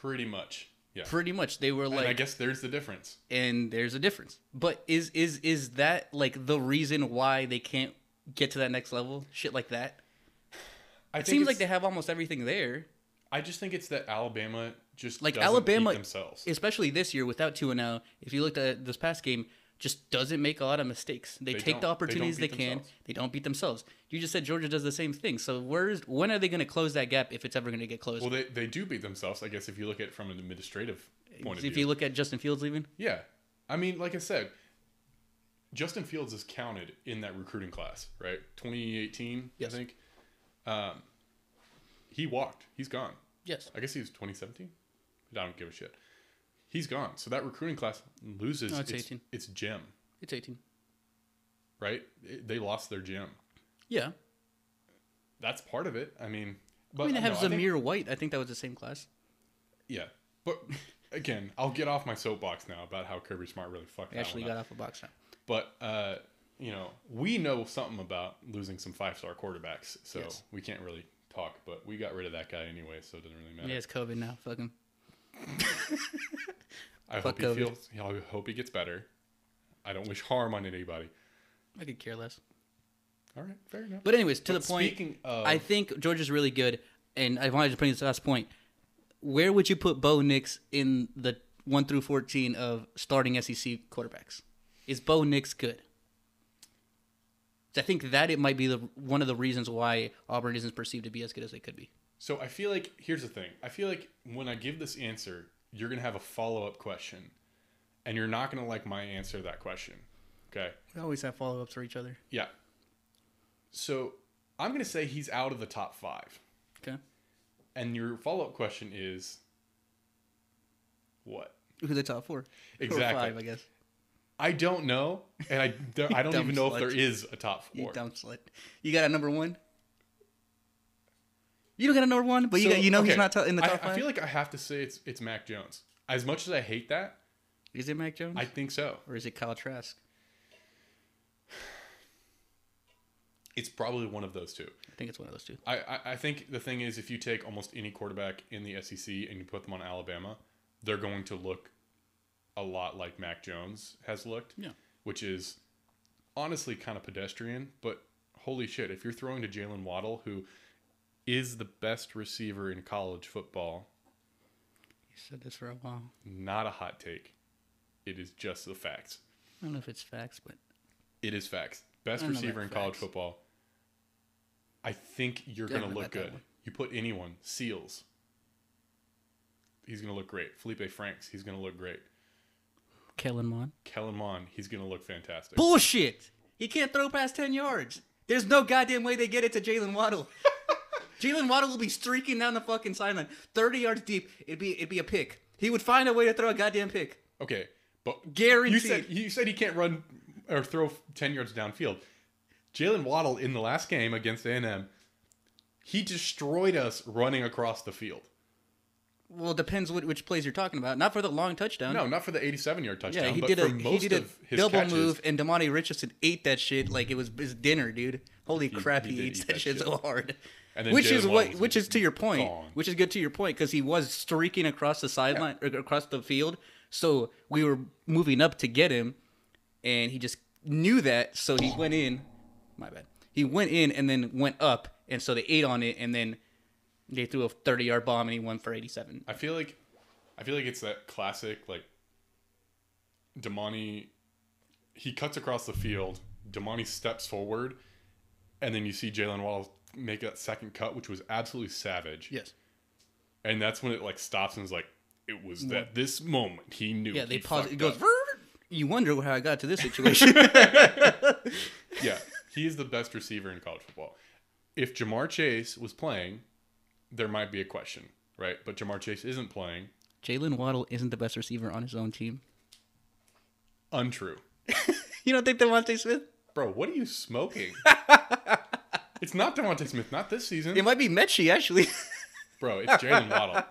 A: Pretty much. Yeah.
B: Pretty much, they were
A: and I
B: like,
A: guess there's the difference.
B: and there's a difference. But is is is that like the reason why they can't get to that next level? Shit like that.
A: I
B: It seems
A: it's-
B: like they have almost everything there,
A: I just think it's that Alabama just
B: Like,
A: like doesn't Alabama
B: Alabama
A: themselves.
B: especially this year without Tua now. If you looked at this past game, just doesn't make a lot of mistakes. They,
A: They
B: take
A: don't. They
B: the
A: don't
B: opportunities they,
A: beat
B: can.
A: themselves.
B: They don't beat themselves. You just said Georgia does the same thing. So where's when are they going to close that gap if it's ever going to get closed?
A: Well, they, they do beat themselves, I guess, if you look at it from an administrative point of
B: if
A: view.
B: you look at Justin Fields leaving,
A: yeah. I mean, like I said, Justin Fields is counted in that recruiting class, right? 2018,
B: Yes.
A: I think. Um, he walked. He's gone.
B: yes,
A: I guess he was 2017. I don't give a shit. He's gone. So that recruiting class loses
B: No, it's
A: its,
B: 18.
A: its gem,
B: it's eighteen.
A: right? It- they lost their gem.
B: Yeah,
A: That's part of it. I mean, but
B: I mean they have
A: no, I think-
B: Zamir White. I think that was the same class.
A: Yeah, but again, I'll get off my soapbox now about how Kirby Smart really fucked
B: They
A: that
B: actually
A: one
B: got
A: up.
B: off a box now.
A: But uh, you know, we know something about losing some five-star quarterbacks, so
B: Yes.
A: we can't really talk. But we got rid of that guy anyway, so it doesn't really matter.
B: Yeah, it's COVID now. Fuck him.
A: I hope
B: fuck
A: he
B: COVID.
A: feels. I hope he gets better. I don't wish harm on anybody.
B: I could care less.
A: All right, fair enough.
B: But anyways, to the point.
A: Speaking of,
B: I think Georgia's really good, and I wanted to put in this last point. Where would you put Bo Nix in the one through fourteen of starting SEC quarterbacks? Is Bo Nix good? 'Cause I think that it might be the one of the reasons why Auburn isn't perceived to be as good as they could be.
A: so I feel like here's the thing. I feel like when I give this answer, you're gonna have a follow-up question, and you're not gonna like my answer to that question. Okay.
B: We always have follow ups for each other.
A: Yeah. So I'm going to say he's out of the top five.
B: Okay.
A: And your follow up question is what?
B: Who's the top four?
A: Exactly.
B: Or five, I guess.
A: I don't know. And I, there, I don't
B: dumb
A: even know
B: slut.
A: if there is a top
B: You
A: four.
B: dumb slut. You got a number one? You don't got a number one, but you got, you know he's
A: okay,
B: not to- in the
A: I-
B: top
A: I,
B: five.
A: feel like I have to say it's, it's Mac Jones. As much as I hate that,
B: is it Mac Jones
A: I think so.
B: or is it Kyle Trask?
A: It's probably one of those two.
B: I think it's one of those two.
A: I, I, I think the thing is, if you take almost any quarterback in the SEC and you put them on Alabama, they're going to look a lot like Mac Jones has looked.
B: Yeah.
A: Which is honestly kind of pedestrian, but holy shit, if you're throwing to Jalen Waddle, who is the best receiver in college football,
B: You said this for a while.
A: not a hot take. It is just the facts.
B: I don't know if it's facts, but
A: It is facts. Best
B: I know
A: receiver
B: about
A: in college
B: facts.
A: football. I think you're
B: Yeah, I
A: going to
B: know
A: look
B: about that
A: good.
B: one.
A: You put anyone, Seals. He's going to look great. Felipe Franks, he's going to look great.
B: Kellen Mond.
A: Kellen Mond, he's going to look fantastic.
B: Bullshit! He can't throw past ten yards. There's no goddamn way they get it to Jalen Waddle. Jalen Waddle will be streaking down the fucking sideline, thirty yards deep. It'd be it'd be a pick. He would find a way to throw a goddamn pick.
A: Okay, but You
B: Guaranteed.
A: said you said he can't run or throw ten yards downfield. Jalen Waddle in the last game against A&M, he destroyed us running across the field.
B: Well, it depends what, which plays you're talking about. Not for the long touchdown.
A: No, not for the 87-yard touchdown,
B: yeah, he
A: but
B: did
A: for
B: a he
A: most
B: did a
A: of his
B: double
A: catches,
B: move, and Demonte Richardson ate that shit like it was his dinner, dude. Holy crap,
A: he
B: he,
A: did
B: eats
A: eat
B: that,
A: that
B: shit,
A: shit.
B: so hard.
A: And then
B: which
A: Jalen
B: is
A: Waddle
B: what,
A: was
B: which is to your point,
A: gone.
B: which is good to your point because he was streaking across the sideline or across the field, so we were moving up to get him, and he just knew that, so he went in. My bad. he went in and then went up, and so they ate on it, and then they threw a 30 yard bomb, and he won for 87.
A: I feel like I feel like it's that classic like Damani he cuts across the field, Damani steps forward, and then you see Jalen Waddle make that second cut, which was absolutely savage.
B: Yes.
A: And that's when it like stops and is like, it was that this moment he knew.
B: Yeah, they
A: he
B: pause.
A: fucked
B: It goes.
A: up.
B: "Vrrr." You wonder how I got to this situation.
A: yeah, he is the best receiver in college football. If Jamar Chase was playing, there might be a question, right? But Jamar Chase isn't playing.
B: Jalen Waddle isn't the best receiver on his own team.
A: Untrue.
B: You don't think Devontae Smith?
A: Bro, what are you smoking? it's not Devontae Smith, not this season.
B: It might be Mechie actually.
A: Bro, it's Jalen Waddle.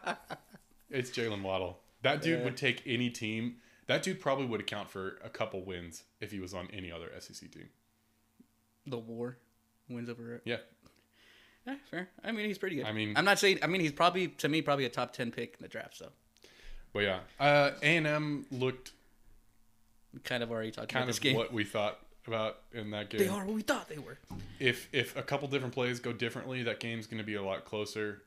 A: It's Jalen Waddle. That dude would take any team. That dude probably would account for a couple wins if he was on any other SEC team.
B: the war wins over it.
A: Yeah.
B: Eh, fair. I mean, he's pretty good.
A: I mean-
B: I'm not saying. I mean, he's probably to me probably a top ten pick in the draft. So
A: But yeah, uh, A&M looked
B: we kind of already talked about
A: kind
B: this
A: of
B: game.
A: what we thought about in that game.
B: They are what we thought they were.
A: If if a couple different plays go differently, that game's going to be a lot closer.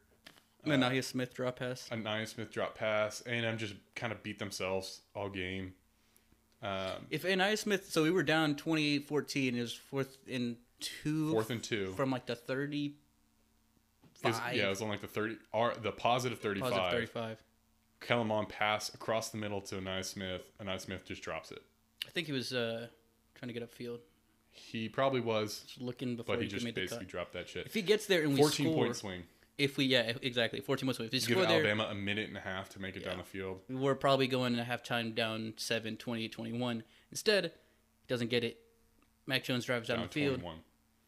B: and
A: Uh,
B: now he has Smith drop pass.
A: A Nyan Smith drop pass. A&M just kind of beat themselves all game. Um,
B: If Anaya Smith, so we were down 28-14, it was fourth and two.
A: fourth and two.
B: from like the thirty
A: It was-
B: five.
A: yeah, it was on like the 30, or the positive 35.
B: positive thirty five.
A: Kellamon pass across the middle to Anai Smith. Anai Smith just drops it.
B: I think he was uh, trying to get upfield,
A: He probably was,
B: just looking before
A: but
B: he,
A: he just
B: made the cut.
A: basically dropped that shit.
B: If he gets there and we
A: 14
B: score,
A: point swing.
B: if we yeah if- exactly fourteen points, if we
A: Give
B: score there,
A: Alabama a minute and a half to make it down the field.
B: we're probably going to halftime down 7, 28, 21. Instead, he doesn't get it. Mac Jones drives down,
A: Down
B: the field
A: 21.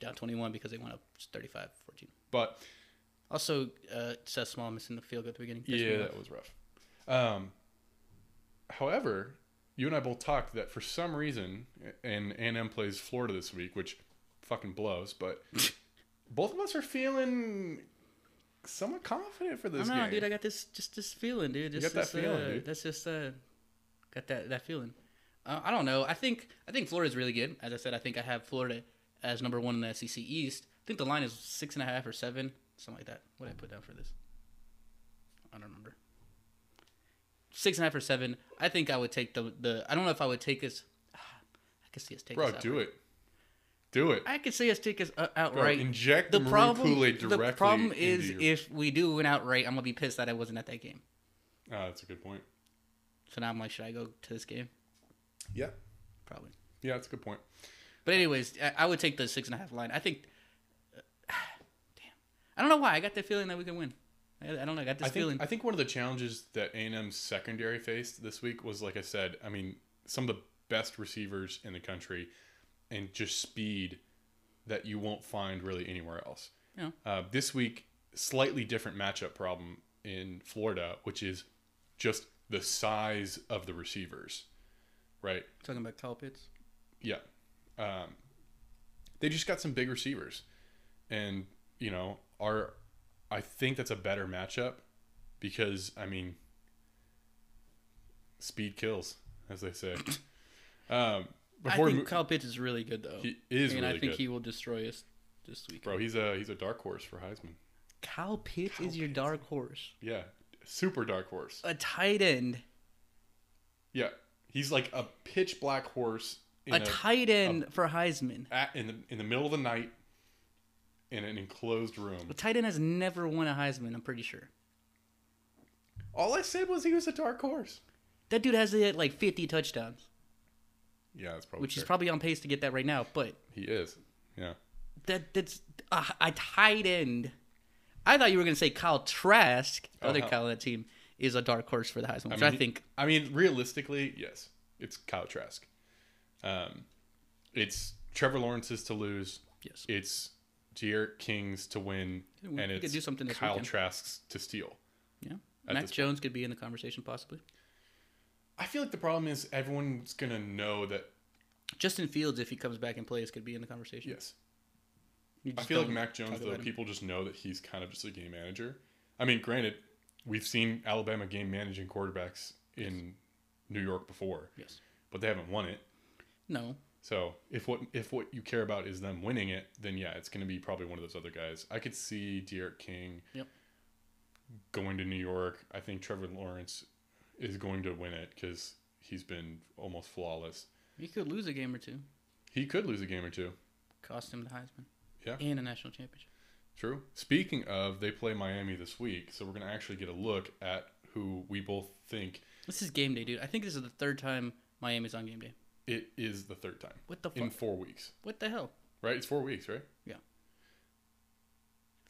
B: down 21 because they went up 35, 14.
A: But
B: Also, uh, Seth Small missing the field goal at the beginning. Pissed me
A: yeah,
B: off.
A: that was rough. Um, however, you and I both talked that for some reason, and A&M plays Florida this week, which fucking blows. But both of us are feeling somewhat confident for
B: I
A: this
B: don't know,
A: game.
B: dude. I got this just this feeling, dude. This,
A: got that
B: this,
A: feeling,
B: uh,
A: dude.
B: That's just uh, got that that feeling. Uh, I don't know. I think I think Florida's really good. As I said, I think I have Florida as number one in the SEC East. I think the line is six and a half or seven, something like that. What did I put down for this? I don't remember. Six and a half or seven. I think I would take the the. I don't know if I would take this. I could see us take.
A: Bro,
B: us out.
A: do it. Do it.
B: I could see us take us uh,
A: Bro,
B: outright.
A: inject
B: the
A: the, maroon
B: problem,
A: Kool-Aid directly.
B: the problem
A: into
B: is
A: your-
B: if we do win outright, I'm gonna be pissed that I wasn't at that game.
A: Ah, that's a good point.
B: So now I'm like, should I go to this game?
A: Yeah,
B: Probably.
A: yeah, that's a good point.
B: But anyways, I, I would take the six and a half line. I think. damn, I don't know why I got the feeling that we can win. I, I don't know. I got this
A: I think
B: feeling.
A: I think one of the challenges that A&M's secondary faced this week was, like I said, I mean, some of the best receivers in the country, and just speed that you won't find really anywhere else.
B: Yeah.
A: Uh, this week, slightly different matchup problem in Florida, which is just the size of the receivers, right?
B: Talking about Kyle Pitts.
A: Yeah. Um, they just got some big receivers. And, you know, are I think that's a better matchup because I mean speed kills, as they say. um before
B: I
A: we-
B: think Kyle Pitts is really good though,
A: he is
B: and
A: really
B: I think
A: good.
B: he will destroy us this week.
A: Bro, he's a he's a dark horse for Heisman.
B: Kyle Pitts is your dark horse.
A: Yeah. Super dark horse.
B: A tight end.
A: Yeah. He's like a pitch black horse in
B: A,
A: a-
B: tight end for Heisman.
A: at, in the in the middle of the night in an enclosed room.
B: A tight end has never won a Heisman. I'm pretty sure.
A: All I said was he was a dark horse.
B: That dude has hit like 50 touchdowns,
A: Yeah, that's probably
B: which is
A: fair.
B: probably on pace to get that right now. But
A: He is. Yeah.
B: That that's a, a tight end. I thought you were going to say Kyle Trask, the other
A: no.
B: Kyle on that team, is a dark horse for the Heisman, which I,
A: mean, he-
B: think
A: Uh-huh. I mean, realistically, yes, it's Kyle Trask. Um, it's Trevor Lawrence's to lose.
B: Yes.
A: It's De'Aaron King's to win,
B: Yeah, we
A: and
B: could
A: it's
B: do something this
A: Kyle
B: weekend.
A: Trask's to steal.
B: yeah,
A: At this
B: Mac
A: point.
B: Jones could be in the conversation possibly.
A: I feel like the problem is everyone's gonna know that.
B: Justin Fields, if he comes back and plays, could be in the conversation.
A: Yes,
B: You
A: I
B: just
A: feel like
B: don't
A: Mac
B: talk
A: Jones though.
B: about him.
A: People just know that he's kind of just a game manager. I mean, granted, we've seen Alabama game managing quarterbacks in New York before,
B: Yes.
A: but they haven't won it.
B: No,
A: So if what if what you care about is them winning it, then yeah, it's going to be probably one of those other guys. I could see Derek King
B: Yep.
A: going to New York. I think Trevor Lawrence is going to win it because he's been almost flawless.
B: He could lose a game or two.
A: He could lose a game or two.
B: Cost him the Heisman.
A: Yeah.
B: And a national championship.
A: True. Speaking of, they play Miami this week, so we're going to actually get a look at who we both think
B: This is game day, dude. I think this is the third time Miami's on game day.
A: it is the third time
B: What the fuck?
A: in four weeks.
B: what the hell?
A: Right? It's four weeks, right?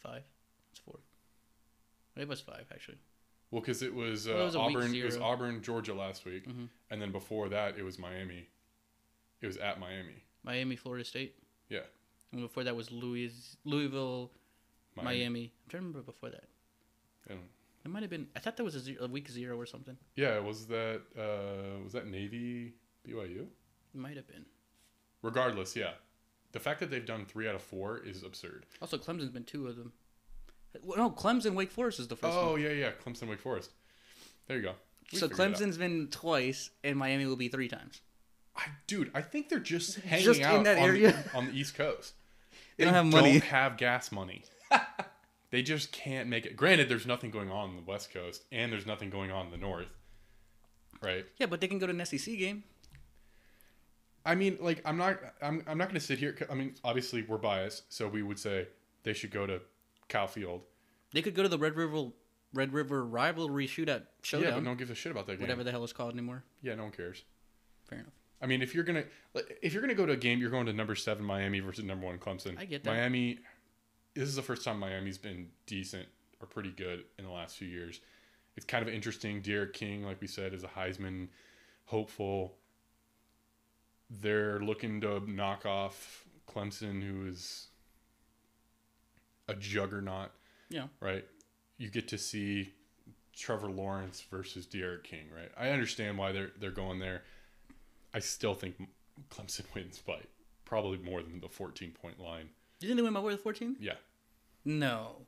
B: Five. It's four. It was five actually.
A: Well, because it was, uh,
B: Well, it was a week
A: Auburn. It was
B: zero.
A: Auburn, Georgia last week,
B: Mhm.
A: and then before that, it was Miami. It was at Miami.
B: Miami, Florida State.
A: Yeah.
B: And before that was Louis, Louisville, Miami. I'm trying to remember before that.
A: And-
B: It might have been. I thought that was a, zero, a week zero or something.
A: yeah. Was that uh, was that Navy BYU?
B: It might have been.
A: Regardless, yeah. The fact that they've done three out of four is absurd.
B: Also, Clemson's been two of them. Well, No, Clemson, Wake Forest is the first
A: oh
B: one.
A: yeah, yeah. Clemson, Wake Forest. There you go. We
B: So
A: figured it out.
B: Clemson's been twice, and Miami will be three times.
A: I, dude, I think they're just hanging
B: Just in
A: out
B: that
A: on,
B: area?
A: on the East Coast.
B: They don't have money.
A: Don't have gas money. they just can't make it. Granted, there's nothing going on in the West Coast, and there's nothing going on in the North. Right.
B: Yeah, but they can go to an SEC game.
A: I mean, like, I'm not, I'm, I'm not going to sit here. I mean, obviously, we're biased, so we would say they should go to Cow Field.
B: They could go to the Red River Red River rivalry shootout
A: yeah,
B: showdown,
A: but no one gives a shit about that game.
B: whatever the hell it's called anymore.
A: Yeah, no one cares.
B: Fair enough.
A: I mean, if you're gonna if you're gonna go to a game, you're going to number seven Miami versus number one Clemson.
B: I get that.
A: Miami. This is the first time Miami's been decent or pretty good in the last few years. It's kind of interesting. Derek King, like we said, is a Heisman hopeful. They're looking to knock off Clemson, who is a juggernaut.
B: Yeah.
A: Right. You get to see Trevor Lawrence versus Derek King. Right. I understand why they're they're going there. I still think Clemson wins by probably more than the 14 point line.
B: Do you think they win by more than fourteen?
A: Yeah.
B: No.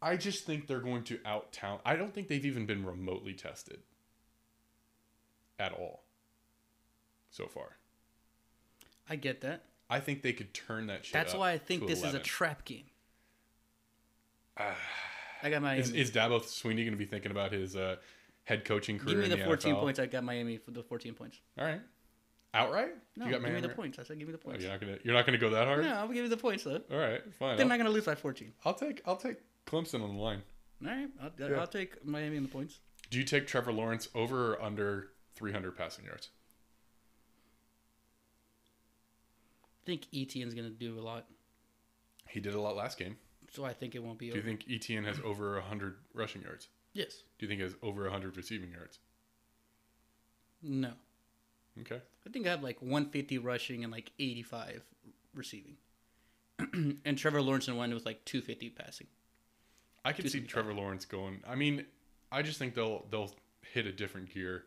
A: I just think they're going to out talent. I don't think they've even been remotely tested at all so far.
B: I get that.
A: I think they could turn that shit.
B: That's
A: up
B: why I think
A: to Ah,
B: this is a
A: 11.
B: trap game. I got Miami.
A: Is, is Dabo Sweeney going to be thinking about his uh, head coaching career?
B: give me
A: in
B: the, 14
A: NFL?
B: points. I got Miami for the 14 points.
A: All right, outright.
B: No,
A: you got
B: give me the
A: Miami-
B: points. I said give me the
A: Oh,
B: points.
A: you're not gonna. You're not gonna go that hard.
B: No, I'll give you the points though.
A: All right, fine.
B: They're
A: I'll,
B: not gonna lose by 14.
A: I'll take. I'll take Clemson on the line.
B: All right, I'll,
A: Yeah.
B: I'll take Miami in the points.
A: Do you take Trevor Lawrence over or under 300 passing yards?
B: I think ETN's gonna do a lot,
A: He did a lot last game.
B: so I think it won't be
A: Do
B: over.
A: you think ETN has over 100 rushing yards?
B: yes.
A: Do you think he has over 100 receiving yards?
B: No.
A: Okay.
B: I think I have like 150 rushing and like 85 receiving. and Trevor Lawrence in one was like 250 passing.
A: I could
B: Two
A: see
B: seventy-five.
A: Trevor Lawrence going. I mean, I just think they'll they'll hit a different gear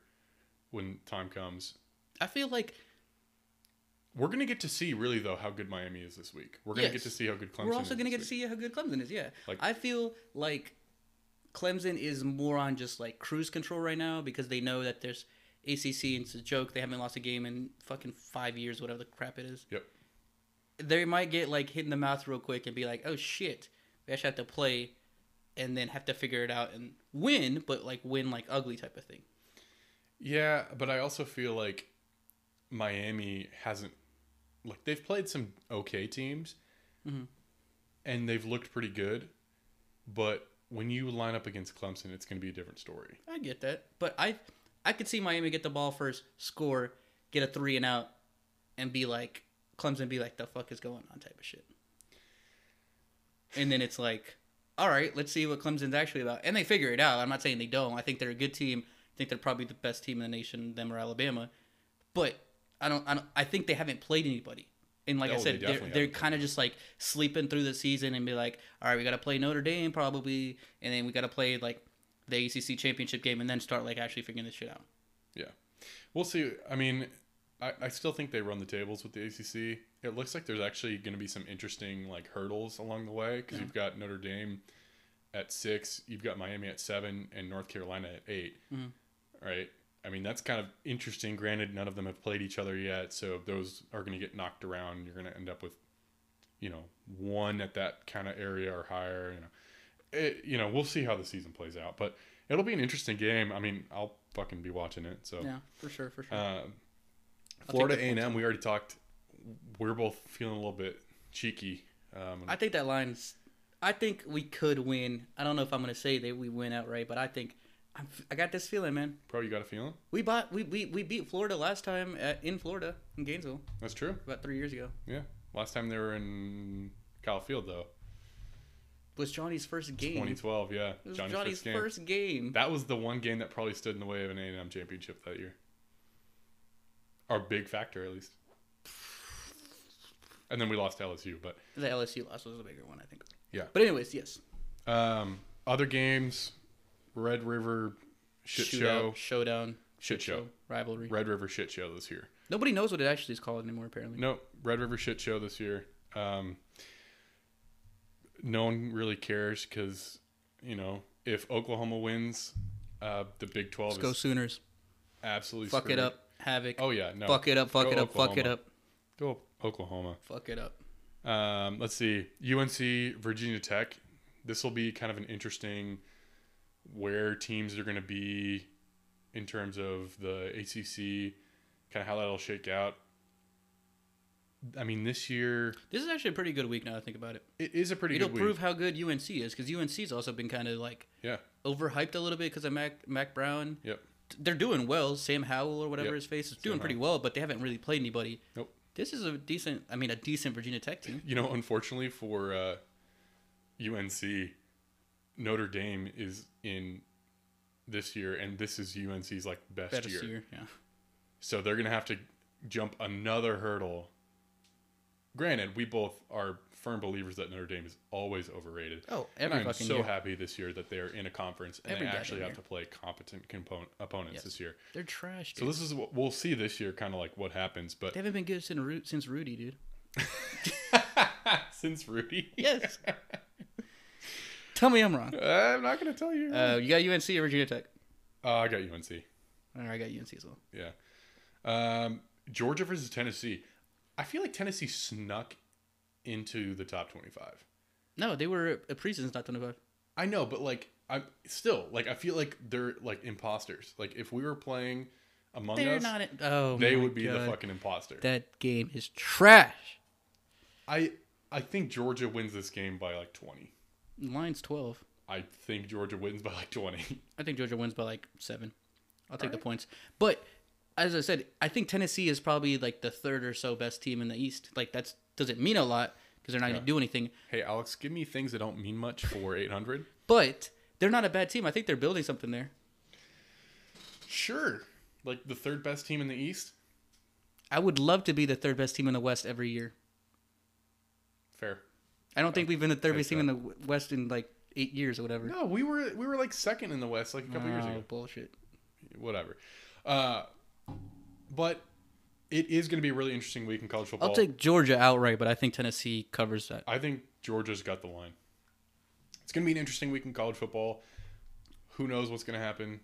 A: when time comes.
B: I feel like
A: We're gonna get to see really though how good Miami is this week. We're gonna get
B: Yes.
A: to see how good Clemson.
B: we're also
A: is
B: going to
A: this
B: get to
A: week.
B: see how good Clemson is. Yeah.
A: Like-
B: I feel like Clemson is more on just like cruise control right now because they know that there's ACC and it's a joke. They haven't lost a game in fucking five years, whatever the crap it is.
A: Yep.
B: They might get like hit in the mouth real quick and be like, oh shit, we actually have to play and then have to figure it out and win, but like win like ugly type of thing.
A: Yeah, but I also feel like Miami hasn't like they've played some okay teams, and they've looked pretty good, but when you line up against Clemson, it's going to be a different story.
B: I get that, but I I could see Miami get the ball first, score, get a three and out, and be like Clemson, be like the fuck is going on type of shit. And then it's like, all right, let's see what Clemson's actually about, and they figure it out. I'm not saying they don't. I think they're a good team. I think they're probably the best team in the nation, them or Alabama. But I don't. I, don't, I think they haven't played anybody. And like
A: No,
B: I
A: Oh, they
B: said, they are
A: definitely
B: they're
A: haven't.
B: kind of just like sleeping through the season and be like, all right, we got to play Notre Dame probably, and then we got to play like the ACC championship game, and then start like actually figuring this shit out.
A: Yeah, we'll see. I mean, I, I still think they run the tables with the ACC. It looks like there's actually going to be some interesting like hurdles along the way because you've got Notre Dame at six, you've got Miami at seven, and North Carolina at 8 Right. I mean, that's kind of interesting. Granted, none of them have played each other yet, so those are going to get knocked around. You're going to end up with, you know, one at that kind of area or higher. You know, it, you know, we'll see how the season plays out, but it'll be an interesting game. I mean, I'll fucking be watching it. So,
B: Yeah, for sure, for sure.
A: uh,
B: the
A: Florida A and
B: points.
A: M. We already talked. We're both feeling a little bit cheeky. Um,
B: I think that line's. I think we could win. I don't know if I'm gonna say that we win outright, but I think I'm, I got this feeling, man.
A: Pro, you got a feeling?
B: We bought we, we, we beat Florida last time at, in Florida in Gainesville
A: That's true.
B: about three years ago.
A: Yeah. Last time they were in Kyle Field though,
B: was Johnny's first game.
A: 2012. Yeah,
B: Mm-hmm. it was Johnny's, first game.
A: That was the one game that probably stood in the way of an A&M championship that year. Our big factor, at least. And then we lost to LSU, but
B: The LSU loss was the bigger one, I think.
A: Yeah.
B: But anyways, yes.
A: um, other games, Red River shit show,
B: Shootout, showdown,
A: shit show,
B: rivalry.
A: Red River shit show this year.
B: Nobody knows what it actually is called anymore. Apparently,
A: No, Red River shit show this year. Um, no one really cares because you know if Oklahoma wins, uh, the Big Twelve
B: let's go
A: is
B: Sooners.
A: absolutely
B: Fuck
A: screwed.
B: it up, havoc.
A: Oh yeah, no,
B: Fuck it up, fuck
A: Go
B: it up, fuck it
A: Oklahoma.
B: up,
A: go Oklahoma.
B: fuck it up.
A: Um, let's see. UNC, Virginia Tech. This will be kind of an interesting where teams are going to be in terms of the ACC, kind of how that'll shake out. I mean, this year
B: This is actually a pretty good week now. that I think about it.
A: it is a pretty
B: It'll
A: good week.
B: prove how good UNC is because UNC's also been kind of like
A: yeah,
B: overhyped a little bit because of Mac Mac Brown.
A: yep.
B: They're doing well. Sam Howell or whatever
A: Yep.
B: his face is doing
A: Sam
B: pretty well, but they haven't really played anybody.
A: Nope.
B: This is a decent. I mean, a decent Virginia Tech team.
A: You know, unfortunately for uh, UNC, Notre Dame is in this year, and this is UNC's like best
B: Better
A: year.
B: year. Yeah.
A: So they're going to have to jump another hurdle. Granted, we both are firm believers that Notre Dame is always overrated.
B: Oh,
A: And
B: every
A: I'm
B: fucking
A: so
B: year.
A: happy this year that they are in a conference and
B: Every
A: they
B: goddamn
A: actually have
B: year.
A: to play competent component, opponents
B: Yes.
A: this year.
B: They're trash. Dude.
A: So this is what we'll see this year, kind of like what happens. But
B: they haven't been good since Ru- since Rudy, dude.
A: since Rudy,
B: Yes. Tell me I'm wrong.
A: I'm not going to tell you.
B: Uh, you got UNC or Virginia Tech?
A: Uh, I got UNC.
B: Or I got UNC as well.
A: Yeah. Um, Georgia versus Tennessee. I feel like Tennessee snuck into the top 25.
B: No, they were a preseason's not 25.
A: I know, but like I'm still like I feel like they're like imposters. Like if we were playing Among
B: They're
A: Us,
B: not. In, oh,
A: they
B: my
A: would be the
B: God.
A: fucking imposter.
B: That game is trash.
A: I I think Georgia wins this game by like 20.
B: Line's 12.
A: I think Georgia wins by like 20.
B: I think Georgia wins by like seven. I'll take the points. But as I said, I think Tennessee is probably like the third or so best team in the East. Like that's doesn't mean a lot because they're not going to do anything.
A: hey Alex, give me things that don't mean much for 800.
B: But they're not a bad team. I think they're building something there.
A: Sure. Like the third best team in the East?
B: I would love to be the third best team in the West every year.
A: Fair.
B: I don't think we've been the third
A: Think
B: best team in the w- West in like eight years or whatever.
A: No, we were we were like second in the West like a couple years
B: Oh,
A: ago.
B: bullshit.
A: Whatever. Uh but it is going to be a really interesting week in college football.
B: I'll take Georgia outright, but I think Tennessee covers that.
A: I think Georgia's got the line. It's going to be an interesting week in college football. Who knows what's going to happen?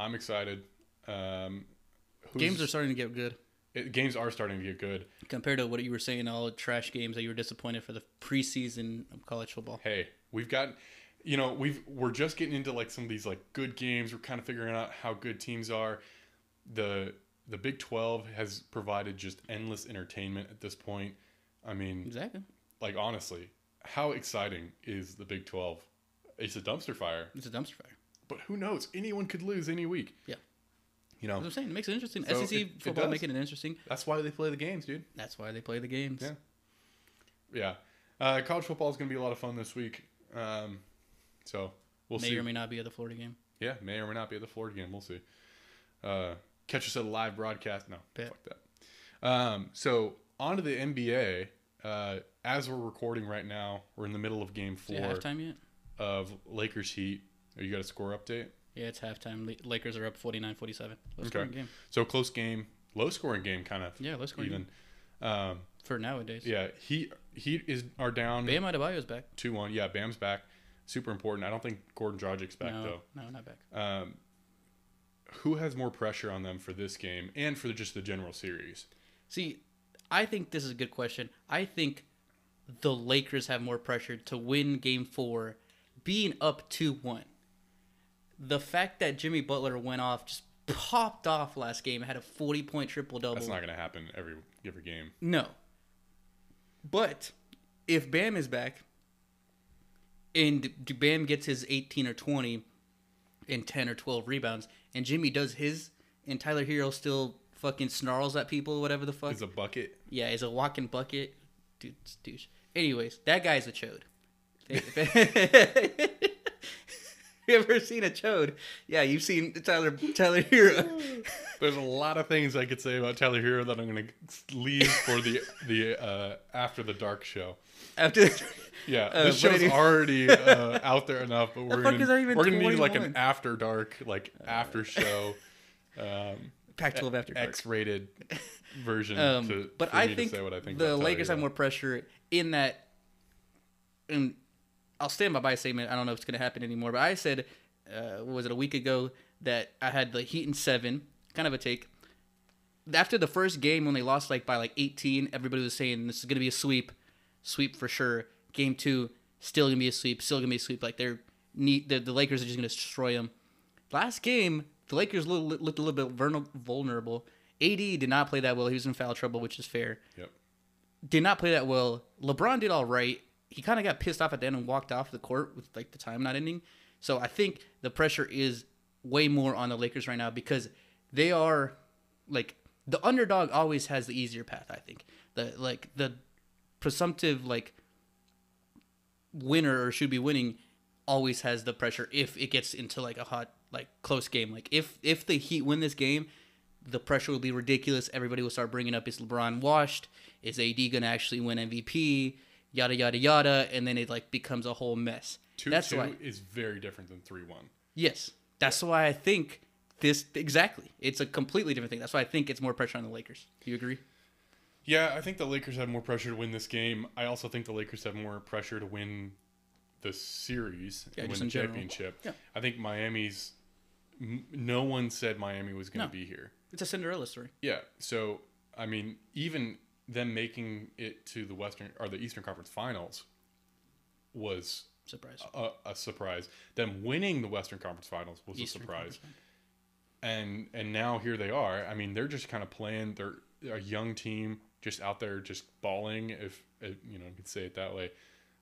A: I'm excited. Um, who's-
B: Games are starting to get good
A: it- games are starting to get good.
B: compared to what you were saying, all trash games that you were disappointed for the preseason of college football.
A: Hey, we've got you know we've we're just getting into like some of these like good games. We're kind of figuring out how good teams are. The the Big Twelve has provided just endless entertainment at this point. I mean,
B: Exactly.
A: like honestly, how exciting is the Big Twelve? It's a dumpster fire.
B: It's a dumpster fire.
A: but who knows? Anyone could lose any week.
B: Yeah.
A: You
B: That's what
A: know,
B: I'm saying. It makes it interesting.
A: So
B: SEC
A: it- it
B: football
A: does.
B: making it interesting.
A: that's why they play the games, dude.
B: That's why they play the games.
A: Yeah. Yeah. Uh, college football is going to be a lot of fun this week. Um, so we'll
B: may
A: see.
B: or may not be at the Florida game.
A: yeah, may or may not be at the Florida game. We'll see. Uh, catch us at a live broadcast. No,
B: Bet.
A: fuck that. Um, so on to the NBA. Uh, as we're recording right now, we're in the middle of game
B: Is
A: four
B: it halftime yet?
A: of Lakers Heat. You got a score update?
B: Yeah, it's halftime. La- Lakers are up 49-47. Let's go
A: Okay.
B: game.
A: So close game, low scoring game, kind of.
B: Yeah, let's go
A: even. Um,
B: for nowadays.
A: Yeah, he he is are down
B: Bam Adebayo's back.
A: two one. Yeah, Bam's back. Uh, Super important. I don't think Gordon Dragic's back
B: no, no, not back.
A: though. Um, who has more pressure on them for this game and for just the general series?
B: See, I think this is a good question. I think the Lakers have more pressure to win game four, being up 2 1. The fact that Jimmy Butler went off, just popped off last game, had a 40 point triple double.
A: That's not going to happen every every game.
B: No. But if Bam is back and D- Bam gets his 18 or 20 and 10 or 12 rebounds and Jimmy does his and Tyler Hero still fucking snarls at people whatever the fuck.
A: It's a bucket.
B: yeah, is a walking bucket. Dude, it's douche. Anyways, that guy's a chode. you ever seen a chode? Yeah, you've seen Tyler Tyler Hero.
A: There's a lot of things I could say about Tyler Hero that I'm going to leave for the the uh, after the dark show.
B: After
A: Yeah,
B: Uh,
A: this
B: but
A: show's
B: it-
A: already uh, out there enough, but we're
B: fuck
A: gonna
B: is that even Uh,
A: we're gonna need like
B: 21?
A: an after dark like after show, um,
B: Pac-12 after dark.
A: X rated version.
B: Um,
A: to,
B: but
A: for
B: I
A: me to
B: think,
A: say what I think
B: the
A: about Tyler
B: Lakers have
A: Hero.
B: more pressure in that. And I'll stand by my statement. I don't know if it's going to happen anymore, but I said, uh, what was it a week ago that I had the Heat in seven, kind of a take. After the first game when they lost like by like 18, everybody was saying this is going to be a sweep, sweep for sure. Game two, still going to be a sweep, still going to be a sweep. Like they're neat. The, the Lakers are just going to destroy them. Last game, the Lakers lo- lo- looked a little bit vulner- vulnerable. AD did not play that well. He was in foul trouble, which is fair.
A: Yep.
B: Did not play that well. LeBron did all right. He kind of got pissed off at the end and walked off the court with like the time not ending. So I think the pressure is way more on the Lakers right now because they are like the underdog always has the easier path. I think the like the presumptive like winner or should be winning always has the pressure if it gets into like a hot like close game like if if the heat win this game the pressure will be ridiculous everybody will start bringing up is lebron washed is ad gonna actually win mvp yada yada yada and then it like becomes a whole mess
A: Two
B: that's
A: two
B: why
A: is very different than three one.
B: yes that's why i think this exactly it's a completely different thing that's why i think it's more pressure on the lakers do you agree
A: Yeah, I think the Lakers have more pressure to win this game. I also think the Lakers have more pressure to win the series
B: Yeah,
A: and win
B: just
A: the
B: in general.
A: championship.
B: Yeah.
A: I think Miami's. m- No one said Miami was going to
B: No.
A: be here.
B: it's a cinderella story
A: Yeah. So I mean, even them making it to the Western or the Eastern Conference Finals was
B: surprise
A: a, a surprise. Them winning the Western Conference Finals was a
B: Eastern
A: surprise. And and now here they are. I mean, they're just kind of playing. They're they're a young team, just out there, just balling. If, if you know, you could say it that way.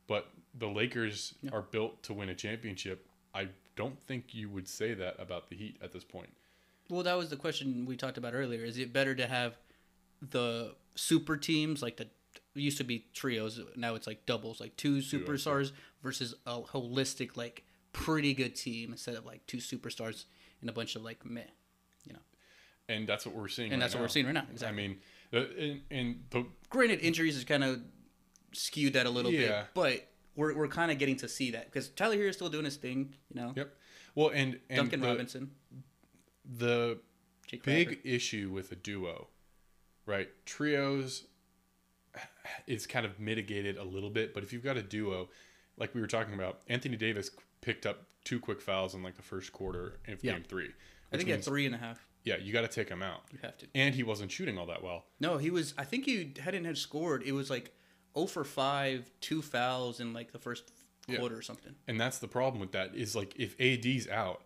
A: But the Lakers are built to win a championship. I don't think you would say that about the Heat at this point.
B: Well, that was the question we talked about earlier. Is it better to have the super teams like the it used to be trios, now it's like doubles, like two superstars versus a holistic like pretty good team instead of like two superstars and a bunch of like meh, you know.
A: And that's what we're seeing.
B: And
A: right
B: that's what
A: now.
B: we're seeing right now. Exactly.
A: I mean, the- and, and the
B: Granted, injuries has kind of skewed that a little
A: Yeah.
B: bit, but we're, we're kind of getting to see that because Tyler here is still doing his thing, you know.
A: yep. Well, and, and uh,
B: Duncan
A: the,
B: Robinson,
A: the
B: Jake
A: big
B: Crawford.
A: issue with a duo, right? Trios is kind of mitigated a little bit, but if you've got a duo, like we were talking about, Anthony Davis picked up two quick fouls in like the first quarter of
B: Yeah.
A: game three.
B: I
A: which
B: think he had
A: means-
B: three and a half.
A: yeah, you got to take him out.
B: You have to.
A: And he wasn't shooting all that well.
B: No, he was. I think he hadn't had scored. It was like 0 for 5, two fouls in like the first
A: Yeah.
B: quarter or something.
A: And that's the problem with that is like if AD's out,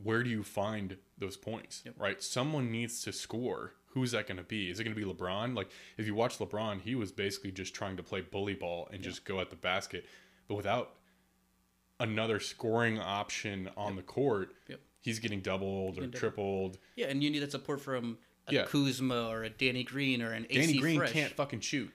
A: where do you find those points? Right? Someone needs to score. Who's that going to be? Is it going to be LeBron? Like if you watch LeBron, he was basically just trying to play bully ball and just go at the basket, but without another scoring option on the court,
B: Yep.
A: he's getting doubled or
B: Getting doubled.
A: tripled.
B: Yeah, and you need that support from a
A: Yeah.
B: Kuzma or a Danny Green or an
A: Danny
B: AC
A: Green
B: Fresh.
A: can't fucking shoot.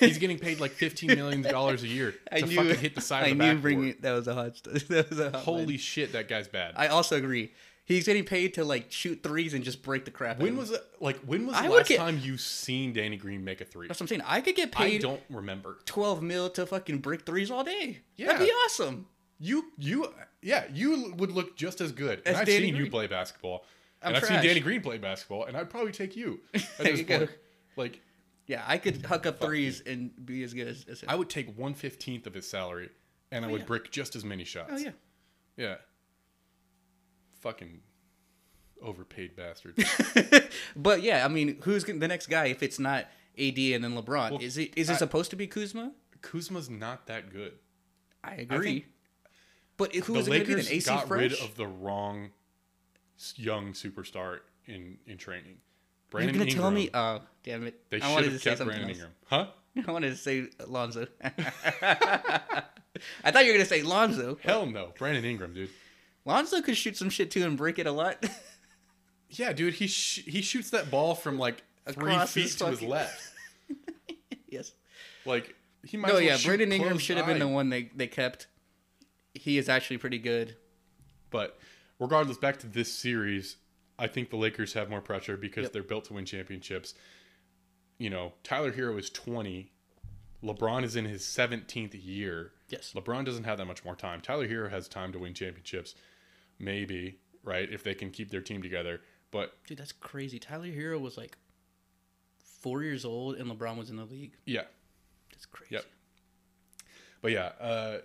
A: He's getting paid like fifteen million dollars a year to fucking hit the side of the backboard.
B: that was a hot. That was a hot
A: Holy shit, that guy's bad.
B: I also agree. He's getting paid to like shoot threes and just break the crap.
A: When was that, like when was the
B: I would
A: last
B: get-
A: time you seen Danny Green make a three?
B: That's what I'm saying. I could get
A: I
B: paid
A: don't remember.
B: twelve mil to fucking brick threes all day.
A: Yeah.
B: That'd be awesome.
A: You you yeah you would look just as good. And
B: As
A: I've
B: Danny
A: seen you
B: Green.
A: play basketball,
B: I'm
A: and I've seen
B: trash.
A: Danny Green play basketball, and I'd probably take you at
B: There
A: this
B: you go.
A: point. Like
B: Yeah, I could huck up threes and be as good as, as him.
A: I would take one fifteenth of his salary,
B: Oh,
A: and I Oh, would brick just as many shots.
B: oh yeah.
A: yeah. Fucking overpaid bastards.
B: But yeah, I mean, who's gonna, the next guy if it's not AD and then LeBron?
A: Well,
B: is it is it
A: I-
B: supposed to be Kuzma?
A: Kuzma's not that good.
B: I agree. but who
A: the
B: is it going to be then?
A: Lakers
B: AC
A: got
B: Fresh?
A: rid of the wrong s- young superstar in in training.
B: You're
A: Brandon
B: gonna
A: Ingram.
B: tell me? Oh, damn it!
A: they
B: I
A: should
B: wanted to
A: have
B: say
A: kept
B: something
A: Brandon
B: else.
A: Ingram, huh?
B: I wanted to say Lonzo. I thought you were gonna say Lonzo.
A: Hell no, Brandon Ingram, dude.
B: Lonzo could shoot some shit too and break it a lot.
A: Yeah, dude, he sh- he shoots that ball from like three
B: Across
A: feet
B: his
A: to his
B: fucking-
A: left.
B: yes.
A: Like he might.
B: No,
A: as well
B: yeah,
A: shoot
B: Brandon Ingram
A: close
B: should have been the
A: eye.
B: one they they kept. He is actually pretty good.
A: But regardless, back to this series, I think the Lakers have more pressure because they're built to win championships. You know, Tyler Hero is 20. LeBron is in his 17th year.
B: Yes.
A: LeBron doesn't have that much more time. Tyler Hero has time to win championships, maybe, right? If they can keep their team together. But
B: Dude, that's crazy. Tyler Hero was like four years old and LeBron was in the league.
A: yeah.
B: That's crazy.
A: Yep. But yeah, uh,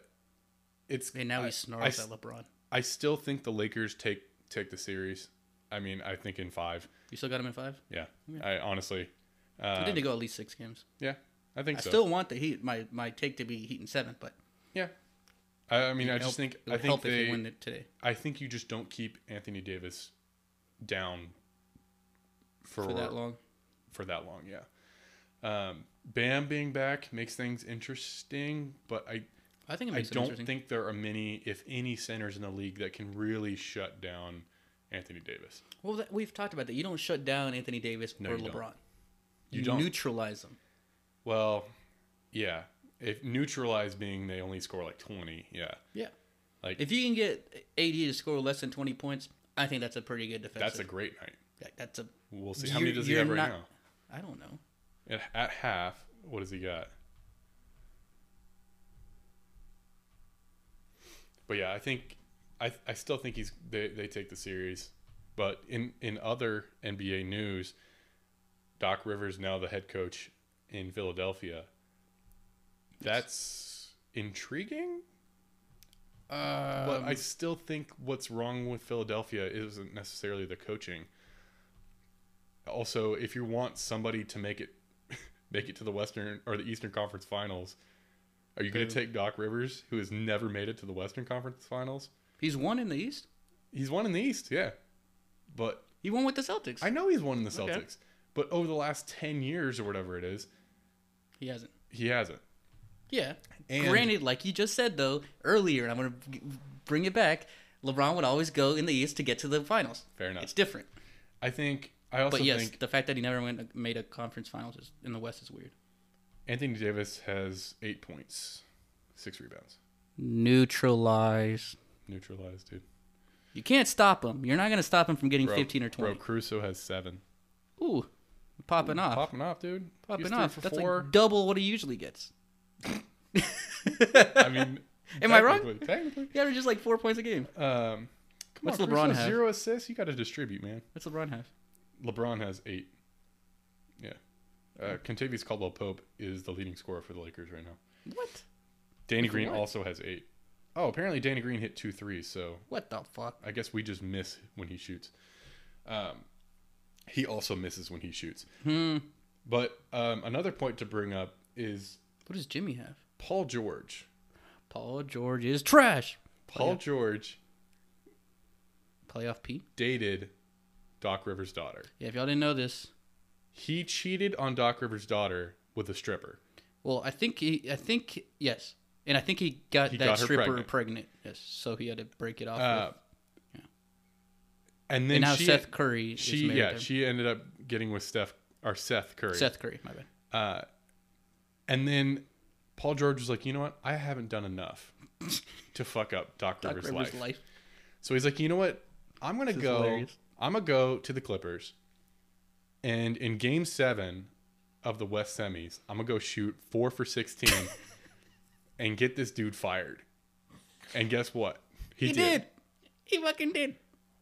A: it's.
B: And now
A: I-
B: he snarls
A: I,
B: at LeBron.
A: I still think the Lakers take take the series. I mean, I think in five.
B: You still got him in five?
A: Yeah. I honestly.
B: I
A: Uh,
B: think they go at least six games.
A: yeah. I think
B: I
A: so.
B: still want the Heat. My my take to be Heat in seven, but
A: Yeah. I, I mean, I
B: it'd
A: just
B: help-
A: think
B: it
A: I
B: would
A: think
B: if
A: they,
B: win it today.
A: I think you just don't keep Anthony Davis down for,
B: for that long.
A: For that long, yeah. Um, Bam being back makes things interesting, but I
B: I think it
A: I
B: makes it
A: don't
B: interesting.
A: think there are many, if any, centers in the league that can really shut down Anthony Davis.
B: Well, that, we've talked about that. You don't shut down Anthony Davis
A: No,
B: or
A: you don't.
B: LeBron.
A: You don't.
B: neutralize them.
A: Well, yeah. If neutralized being they only score like twenty, yeah,
B: Yeah.
A: Like-
B: if you can get AD to score less than twenty points, I think that's a pretty good defensive.
A: that's a great night.
B: Like, that's a.
A: We'll see how many
B: You're-
A: does he
B: you're
A: have right
B: not-
A: now.
B: I don't know.
A: At, at half, what does he got? But yeah, I think I I still think he's they, they take the series. But in in other NBA news, Doc Rivers now the head coach in Philadelphia. That's intriguing,
B: Uh, Um,
A: but I still think what's wrong with Philadelphia isn't necessarily the coaching. Also, if you want somebody to make it make it to the Western or the Eastern Conference Finals, are you going
B: Boo.
A: to take Doc Rivers, who has never made it to the Western Conference Finals?
B: he's won in the East.
A: He's won in the East, yeah, but
B: He won with the Celtics.
A: I know he's won in the
B: Okay.
A: Celtics. But over the last ten years or whatever it is,
B: he hasn't.
A: he hasn't.
B: Yeah.
A: And-
B: Granted, like you just said though earlier, and I'm going to bring it back. LeBron would always go in the East to get to the finals.
A: Fair enough.
B: It's different.
A: I think. I also
B: But yes,
A: think
B: the fact that he never went made a conference finals is, in the West is weird.
A: Anthony Davis has eight points, six rebounds,
B: Neutralize.
A: neutralized, dude.
B: You can't stop him. You're not going to stop him from getting
A: Bro-
B: 15 or 20.
A: Bro, Caruso has seven.
B: Ooh, popping off.
A: Popping off, dude. He's
B: Ah. popping
A: three
B: off.
A: for
B: That's
A: four.
B: like double what he usually gets.
A: I mean,
B: Am I wrong?
A: technically- Technically.
B: He averages like four points a game.
A: Um, come
B: What's
A: on,
B: LeBron
A: Caruso,
B: have?
A: Zero assists. You got to distribute, man.
B: What's LeBron have?
A: LeBron has eight. Yeah. Uh, Contavious Caldwell Pope is the leading scorer for the Lakers right now.
B: What?
A: Danny
B: For
A: Green
B: what?
A: also has eight. Oh, apparently Danny Green hit two threes, so
B: What the fuck?
A: I guess we just miss when he shoots. Um, he also misses when he shoots.
B: Hmm.
A: But um, another point to bring up is
B: What does Jimmy have?
A: Paul George.
B: Paul George is trash.
A: Paul George
B: Playoff P.
A: dated Doc Rivers' daughter.
B: Yeah, if y'all didn't know this,
A: He cheated on Doc Rivers' daughter with a stripper.
B: well, I think he, I think yes, and I think he got
A: He
B: that
A: got her
B: stripper pregnant.
A: pregnant.
B: Yes, so he had to break it off.
A: Uh,
B: with.
A: And then
B: And now
A: she,
B: Seth Curry. is
A: she
B: married
A: yeah,
B: to him.
A: she ended up getting with Steph or Seth Curry.
B: Seth Curry. My bad.
A: Uh, and then Paul George was like, you know what? I haven't done enough to fuck up Doc,
B: Doc
A: Rivers'
B: Rivers'
A: life.
B: life.
A: So he's like, you know what? I'm gonna
B: is
A: go.
B: hilarious.
A: I'm gonna go to the Clippers, and in Game Seven of the West Semis, I'm gonna go shoot four for sixteen, and get this dude fired. And guess what?
B: He, did. He fucking did.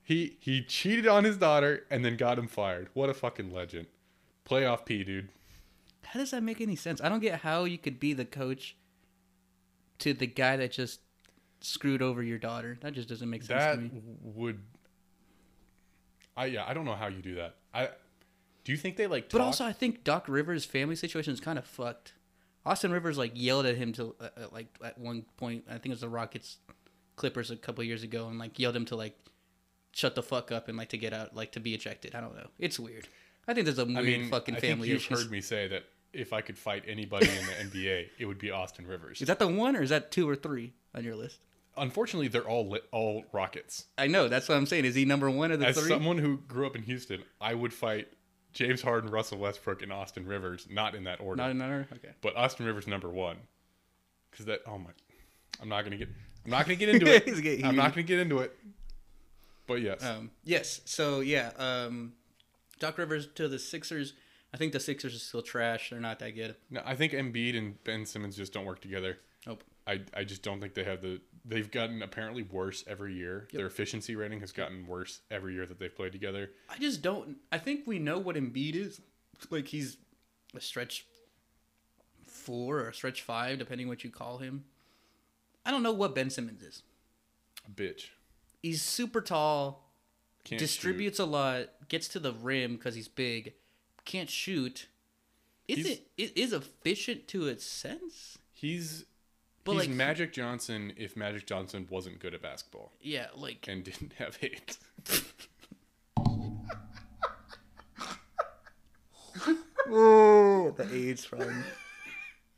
A: He he cheated on his daughter and then got him fired. What a fucking legend. Playoff P, dude.
B: How does that make any sense? I don't get how you could be the coach to the guy that just screwed over your daughter. That just doesn't make sense
A: That
B: to me.
A: would. I yeah, I don't know how you do that. I do you think they like
B: But
A: talk?
B: also, I think Doc Rivers' family situation is kind of fucked. Austin Rivers like yelled at him to uh, uh, like at one point. I think it was the Rockets, Clippers a couple years ago, and like yelled him to like shut the fuck up and like to get out, like to be ejected. I don't know. It's weird. I think there's a weird
A: I mean,
B: fucking
A: I
B: family
A: think you've
B: issues.
A: heard me say that if I could fight anybody in the NBA, it would be Austin Rivers.
B: Is that the one or is that two or three on your list?
A: Unfortunately, they're all li- all Rockets.
B: I know that's what I'm saying. Is he number one of the
A: As
B: three?
A: someone who grew up in Houston, I would fight James Harden, Russell Westbrook, and Austin Rivers, not in that order.
B: Not in order. Okay.
A: but Austin Rivers number one because that oh my, I'm not gonna get I'm not gonna get into it.
B: He's getting
A: I'm
B: heated.
A: not gonna get into it. But yes,
B: Um, yes. So yeah, um, Doc Rivers to the Sixers. I think the Sixers are still trash. They're not that good.
A: no, I think Embiid and Ben Simmons just don't work together.
B: Nope.
A: I I just don't think they have the. They've gotten apparently worse every year. Their efficiency rating has gotten worse every year that they've played together.
B: I just don't. I think we know what Embiid is. Like he's a stretch four or a stretch five, depending what you call him. I don't know what Ben Simmons is.
A: Bitch,
B: He's super tall,
A: Can't shoot.
B: distributes a lot, gets to the rim because he's big, can't shoot. Is
A: He's-
B: it, it is efficient to its sense?
A: He's
B: But,
A: he's
B: like, he-
A: Magic Johnson. If Magic Johnson wasn't good at basketball
B: Yeah, like
A: and didn't have hate.
B: oh, the AIDS from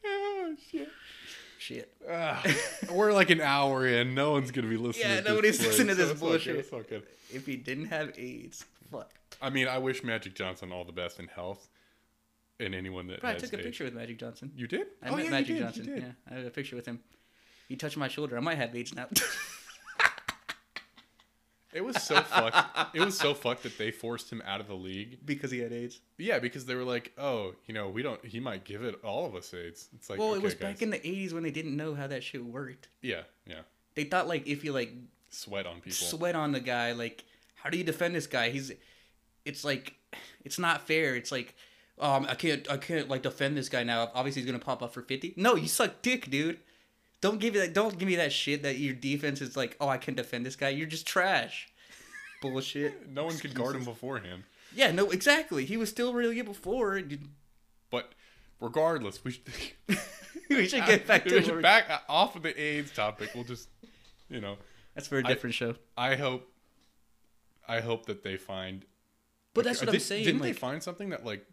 A: oh shit.
B: shit.
A: Ah, we're like an hour in. No one's gonna be listening.
B: Yeah,
A: to this
B: nobody's
A: place,
B: listening to
A: so
B: this
A: it's all good,
B: bullshit.
A: it's all good.
B: If he didn't have AIDS, fuck.
A: I mean, I wish Magic Johnson all the best in health, and anyone that
B: But I
A: has
B: took a
A: AIDS.
B: picture with Magic Johnson.
A: You did?
B: I
A: oh
B: met
A: yeah,
B: Magic
A: you did.
B: Johnson.
A: You did.
B: Yeah, I have a picture with him. He touched my shoulder. I might have AIDS now.
A: It was so fucked. It was so fucked that they forced him out of the league.
B: because he had AIDS.
A: Yeah, because they were like, oh, you know, we don't. He might give it all of us AIDS. It's like,
B: Well,
A: okay,
B: it was
A: guys.
B: back in the 80s when they didn't know how that shit worked.
A: yeah, yeah.
B: They thought, like, if you, like,
A: Sweat on people.
B: sweat on the guy, like, how do you defend this guy? He's, it's like, it's not fair. It's like, um, I can't, I can't, like, defend this guy now. Obviously, he's going to pop up for 50. No, you suck dick, dude. Don't give me that, don't give me that shit that your defense is like, oh, I can defend this guy. You're just trash. Bullshit.
A: no one could guard him beforehand.
B: Yeah, no, exactly. He was still really good before. You-
A: But regardless, we should.
B: we should get back to
A: Uh, We should
B: work.
A: back off of the AIDS topic. We'll just, you know,
B: That's for a different show.
A: I hope, I hope that they find.
B: But that's what
A: Did-
B: I'm saying.
A: Didn't they
B: like,
A: find something that like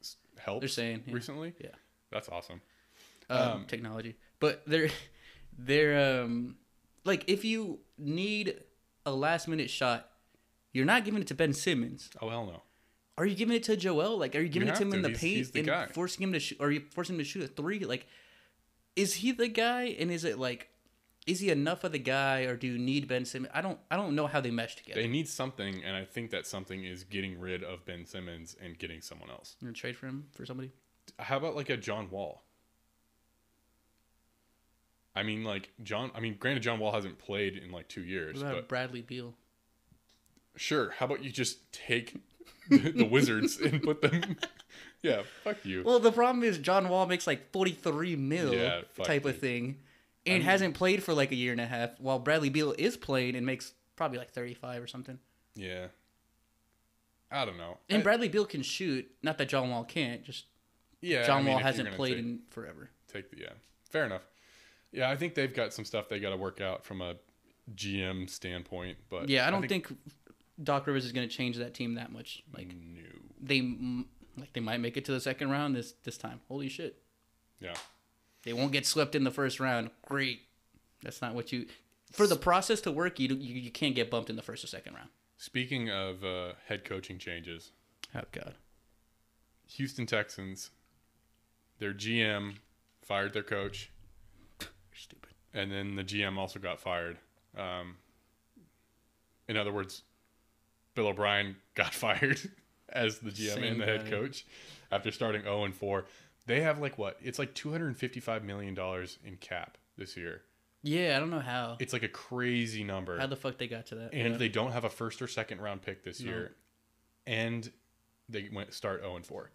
A: s- helped?
B: They're saying, yeah.
A: recently.
B: Yeah.
A: that's awesome.
B: um,
A: um,
B: technology. But they're they're um like if you need a last minute shot, you're not giving it to Ben Simmons.
A: Oh hell no.
B: Are you giving it to Joel? Like, are you giving it
A: have
B: to him in
A: to.
B: the
A: He's-
B: paint
A: he's the
B: and
A: guy.
B: forcing him to shoot? Are you forcing him to shoot a three? Like, is he the guy? And is it like, is he enough of the guy, or do you need Ben Simmons? I don't. I don't know how they mesh together.
A: They need something, and I think that something is getting rid of Ben Simmons and getting someone else.
B: You're gonna trade for him for somebody.
A: How about like a John Wall? I mean, like John. I mean, granted, John Wall hasn't played in like two years,
B: What about
A: but
B: Bradley Beal?
A: Sure. How about you just take the, the Wizards and put them? Yeah, fuck you.
B: Well, the problem is John Wall makes like 43 mil
A: Yeah, fuck
B: type of
A: you.
B: thing and hasn't played for like a year and a half, while Bradley Beal is playing and makes probably like 35 or something.
A: yeah. I don't know.
B: And
A: I-
B: Bradley Beal can shoot. Not that John Wall can't, just
A: yeah, I
B: John
A: mean,
B: Wall
A: if you're
B: hasn't
A: gonna
B: played
A: take,
B: in forever.
A: Take the yeah. Fair enough. Yeah, I think they've got some stuff they got to work out from a GM standpoint, but
B: Yeah, I don't think, Doc Rivers is going to change that team that much. Like
A: Mm. no.
B: they m- like they might make it to the second round this this time. Holy shit.
A: Yeah.
B: They won't get swept in the first round. Great. That's not what you for the process to work, you do- you, you can't get bumped in the first or second round.
A: Speaking of uh, head coaching changes,
B: Oh god.
A: Houston Texans, their GM fired their coach,
B: Stupid.
A: and then the GM also got fired. Um, in other words, Bill O'Brien got fired as the GM
B: Same
A: and the head
B: guy.
A: coach after starting 0 and 4. They have like what? It's like 255 million dollars in cap this year.
B: Yeah, I don't know how.
A: It's like a crazy number.
B: How the fuck they got to that?
A: and
B: yeah.
A: they don't have a first or second round pick this year. And they went start 0 and 4.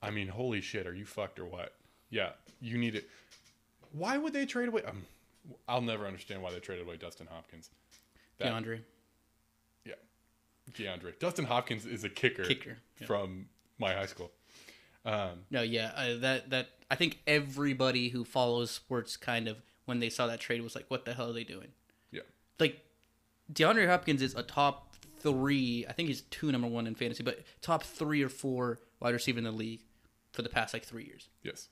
A: I mean, holy shit, are you fucked or what? Yeah, you need it. Why would they trade away? Um, I'll never understand why they traded away Dustin Hopkins. that-
B: DeAndre.
A: Yeah. DeAndre. Dustin Hopkins is a kicker,
B: Kicker. Yeah.
A: from my high school. Um,
B: No, yeah, I, that that I think everybody who follows sports kind of when they saw that trade was like, "What the hell are they doing?"
A: Yeah.
B: like DeAndre Hopkins is a top three. I think he's two number one in fantasy, but top three or four wide receiver in the league for the past like three years.
A: yes.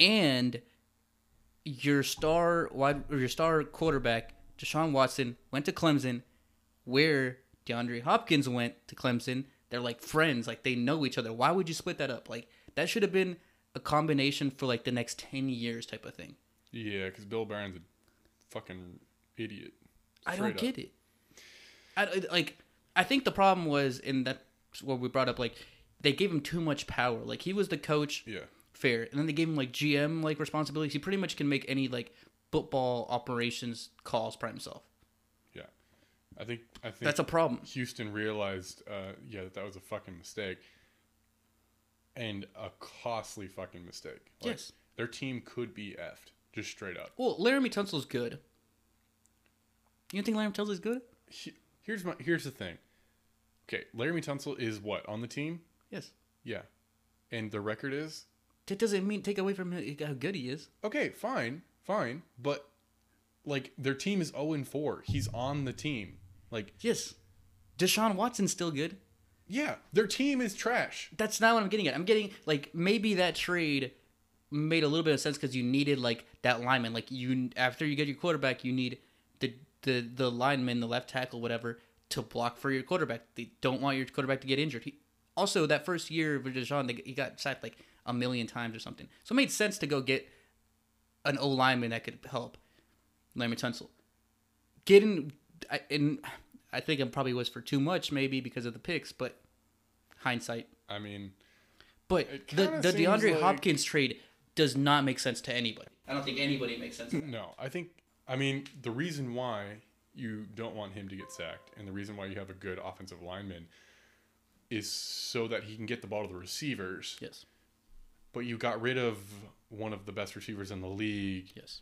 B: And your star wide or your star quarterback Deshaun Watson went to Clemson, where DeAndre Hopkins went to Clemson. They're like friends, like they know each other. Why would you split that up? Like that should have been a combination for like the next ten years type of thing.
A: Yeah, because Bill Barron's a fucking idiot.
B: I
A: Straight
B: don't
A: up.
B: get it. I I- like. I think the problem was, and that's what we brought up. Like, they gave him too much power. Like, he was the coach,
A: Yeah.
B: fair, and then they gave him like GM like responsibilities. He pretty much can make any like football operations calls by himself.
A: Yeah, I think I think
B: That's a problem.
A: Houston realized, uh, yeah, that that was a fucking mistake, and a costly fucking mistake.
B: Yes.
A: their team could be effed just straight up.
B: Well, Laramie Tunsil's good. You don't think Laramie Tunsil's good?
A: He- Here's my here's the thing. Okay, Laramie Tunsil is what on the team?
B: Yes.
A: Yeah, and the record is
B: That doesn't mean take away from how how good he is.
A: okay, fine, fine, but like their team is zero and four. He's on the team. Like,
B: Yes. Deshaun Watson's still good.
A: yeah, their team is trash.
B: that's not what I'm getting at. I'm getting like maybe that trade made a little bit of sense because you needed like that lineman. Like you after you get your quarterback, you need the the the lineman, the left tackle, whatever, to block for your quarterback. They don't want your quarterback to get injured. He, also, that first year with Deshaun, they, he got sacked like a million times or something. So it made sense to go get an O lineman that could help Larry Tunsil. Getting I, and I think it probably was for too much maybe because of the picks, but hindsight.
A: I mean,
B: But
A: It
B: the,
A: kinda
B: the
A: seems
B: DeAndre
A: like-
B: Hopkins trade does not make sense to anybody. I don't think anybody makes sense. to that.
A: No, I think I mean the reason why you don't want him to get sacked, and the reason why you have a good offensive lineman is so that he can get the ball to the receivers.
B: yes,
A: But you got rid of one of the best receivers in the league,
B: yes.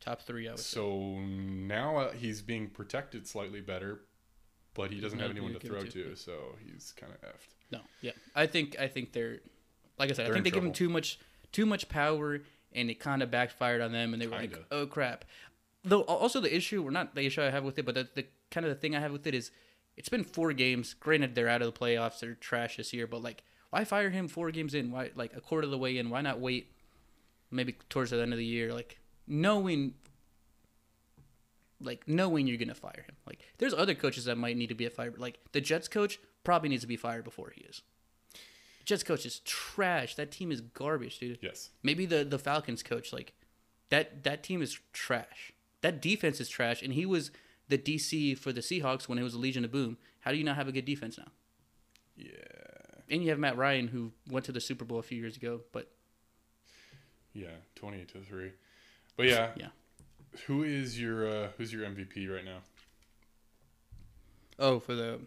B: Top three, I would say.
A: so now uh, he's being protected slightly better, but he doesn't have
B: Nobody
A: anyone to
B: to give
A: throw
B: it to.
A: to, so he's kind of effed.
B: No, yeah. I think I think they're like I said.
A: They're
B: I
A: in
B: think they give him
A: trouble.
B: too much too much power, and it kind of backfired on them, and they were like,
A: Kinda.
B: "Oh crap." Though al- also the issue, or not the issue I have with it, but the, the kind of the thing I have with it is, it's been four games. Granted, they're out of the playoffs. They're trash this year, but like, why fire him four games in? Why like a quarter of the way in? Why not wait? Maybe towards the end of the year, like knowing like knowing you're gonna fire him. Like there's other coaches that might need to be fired. Like the Jets coach probably needs to be fired before he is. Jets coach is trash. That team is garbage, dude.
A: Yes,
B: Maybe the the Falcons coach, like that that team is trash. That defense is trash, and he was the DC for the Seahawks when it was a Legion of Boom. How do you not have a good defense now?
A: yeah,
B: And you have Matt Ryan who went to the Super Bowl a few years ago, but
A: yeah, twenty-eight to three. But yeah,
B: yeah.
A: who is your uh, who's your MVP right now?
B: Oh, for the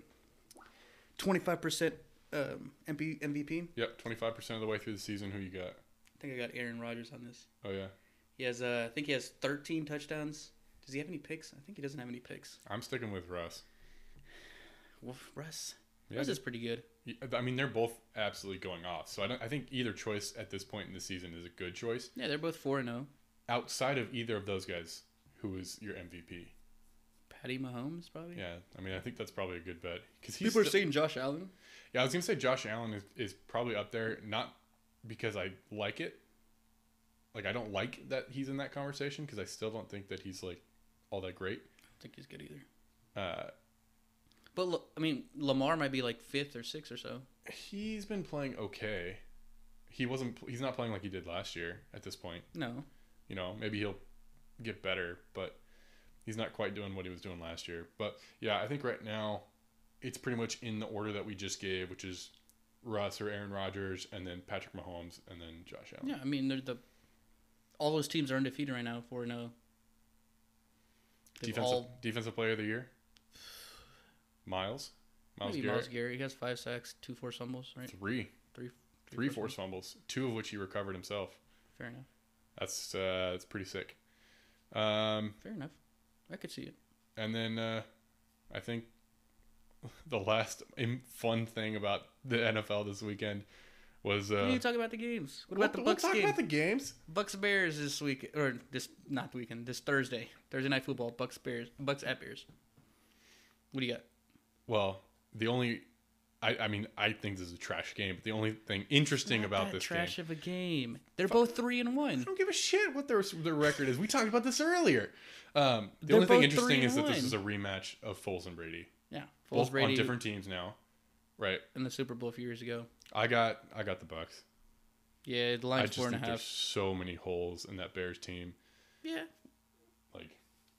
B: twenty five percent um MP, MVP.
A: Yep, twenty-five percent of the way through the season. Who you got?
B: I think I got Aaron Rodgers on this.
A: Oh yeah.
B: He has, uh, I think he has 13 touchdowns. Does he have any picks? I think he doesn't have any picks.
A: I'm sticking with Russ.
B: Wolf, Russ.
A: Yeah,
B: Russ is pretty good.
A: I mean, they're both absolutely going off. So I, don't, I think either choice at this point in the season is a good choice.
B: Yeah, they're both oh. 4 0.
A: Outside of either of those guys, who is your MVP?
B: Patty Mahomes, probably.
A: Yeah, I mean, I think that's probably a good bet because he's.
B: People are
A: still-
B: saying Josh Allen.
A: yeah, I was gonna say Josh Allen is, is probably up there, not because I like it. Like I don't like that he's in that conversation because I still don't think that he's like all that great.
B: I don't think he's good either.
A: Uh,
B: But, look, I mean, Lamar might be like fifth or sixth or so.
A: he's been playing okay. He wasn't. He's not playing like he did last year at this point.
B: No.
A: you know, maybe he'll get better, but he's not quite doing what he was doing last year. But yeah, I think right now it's pretty much in the order that we just gave, which is Russ or Aaron Rodgers, and then Patrick Mahomes, and then Josh Allen.
B: Yeah, I mean, they're the. All those teams are undefeated right now, 4 0. They've
A: defensive
B: all.
A: defensive player of the year, Miles, Miles
B: maybe
A: Garrett,
B: Miles Garrett. He has five sacks, two forced fumbles, right?
A: three
B: Three.
A: three forced
B: forced
A: fumbles, two of which he recovered himself.
B: fumbles. Fair enough.
A: That's uh, that's pretty sick. Um,
B: Fair enough. I could see it.
A: and then uh, I think the last im- fun thing about the NFL this weekend was
B: We need
A: uh,
B: to talk about the games. What
A: we'll-
B: about the
A: we'll
B: Bucks
A: talk
B: game?
A: about the games.
B: Bucks Bears this week or this not the weekend, this Thursday. Thursday night football, Bucks Bears Bucks at Bears. What do you got?
A: Well, the only I, I mean I think this is a trash game, but the only thing interesting
B: Not
A: about
B: that
A: this
B: trash
A: game.
B: of a game. They're both three and one.
A: I don't give a shit what their their record is. We talked about this earlier. Um, the
B: They're
A: only thing
B: both
A: interesting
B: three
A: is
B: and
A: that this
B: one.
A: is a rematch of Foles and Brady,
B: Yeah,
A: both
B: Foles Brady
A: on different teams now. Right.
B: in the Super Bowl a few years ago.
A: I got I got the Bucks.
B: Yeah, the
A: I
B: line's
A: just
B: four
A: think
B: and a
A: there's
B: half.
A: so many holes in that Bears team.
B: Yeah,
A: Like,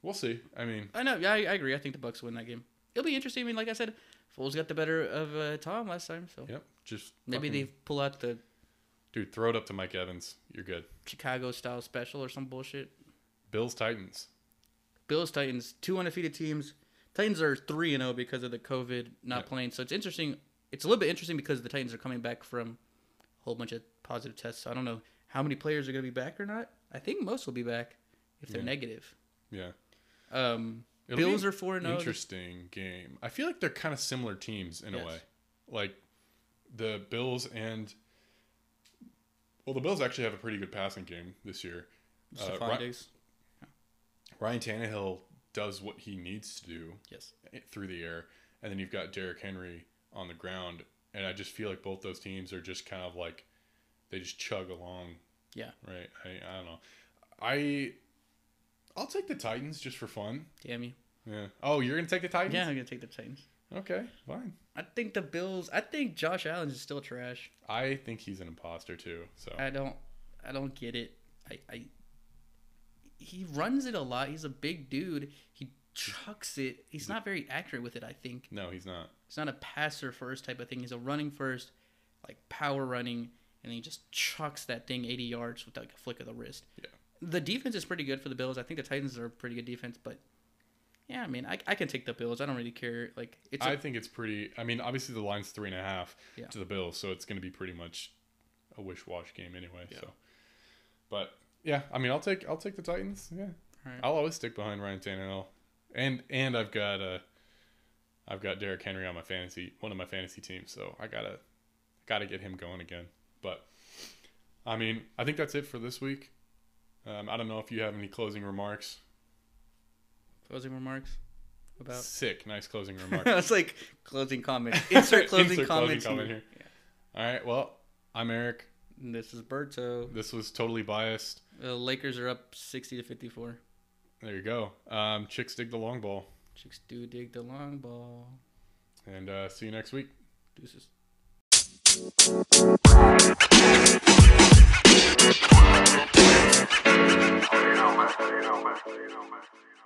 A: we'll see. I mean,
B: I know. Yeah, I, I agree. I think the Bucks win that game. It'll be interesting. I mean, like I said, Foles got the better of uh, Tom last time, so
A: yep. Just
B: maybe
A: fucking-
B: they pull out the
A: dude throw it up to Mike Evans. You're good.
B: Chicago style special or some bullshit.
A: Bills Titans.
B: Bills, Titans, two undefeated teams. Titans are three and zero because of the COVID not
A: Yeah.
B: playing. So it's interesting. It's a little bit interesting because the Titans are coming back from a whole bunch of positive tests. So I don't know how many players are going to be back or not. I think most will be back if they're
A: Yeah.
B: negative.
A: Yeah.
B: Um,
A: It'll
B: Bills
A: be
B: are four and oh zero.
A: Interesting game. I feel like they're kind of similar teams in a
B: Yes.
A: way. Like the Bills and well, the Bills actually have a pretty good passing game this year. uh,
B: Stephon
A: Ry-
B: Diggs.
A: Ryan Tannehill does what he needs to do
B: Yes.
A: through the air, and then you've got Derrick Henry on the ground, and I just feel like both those teams are just kind of like they just chug along.
B: Yeah.
A: Right. I, I don't know. I I'll take the Titans just for fun.
B: Damn you.
A: Yeah. Oh, you're gonna take the Titans?
B: Yeah, I'm going to take the Titans.
A: Okay. Fine.
B: I think the Bills. I think Josh Allen is still trash.
A: I think he's an imposter too. So
B: I don't. I don't get it. I. I he runs it a lot. He's a big dude. He chucks it. He's not very accurate with it. I think
A: no, he's not.
B: he's not a passer first type of thing. He's a running first, like power running, and he just chucks that thing 80 yards with like a flick of the wrist.
A: Yeah.
B: The defense is pretty good for the Bills. I think the Titans are a pretty good defense, but yeah, I mean, I, I can take the Bills. I don't really care. Like it's
A: I
B: a
A: think it's pretty. I mean, obviously the line's three and a half
B: Yeah.
A: to the Bills, so it's going to be pretty much a wish-wash game anyway. So, but yeah, I mean, I'll take I'll take the Titans. Yeah,
B: Alright.
A: I'll always stick behind Ryan Tannehill, and and I've got uh, I've got Derrick Henry on my fantasy one of my fantasy teams, so I gotta gotta get him going again. But I mean, I think that's it for this week. Um, I don't know if you have any closing remarks.
B: closing remarks about.
A: Sick, nice closing remark.
B: I was like closing comments. Insert closing
A: Insert
B: comments.
A: comment here. All right. Well, I'm Eric.
B: And This is Berto.
A: This was totally biased.
B: The Lakers are up 60 to 54.
A: There you go. Um, chicks dig the long ball,
B: Chicks do dig the long ball.
A: and uh, see you next week.
B: Deuces.
C: You know, man. You know, man. You know, man.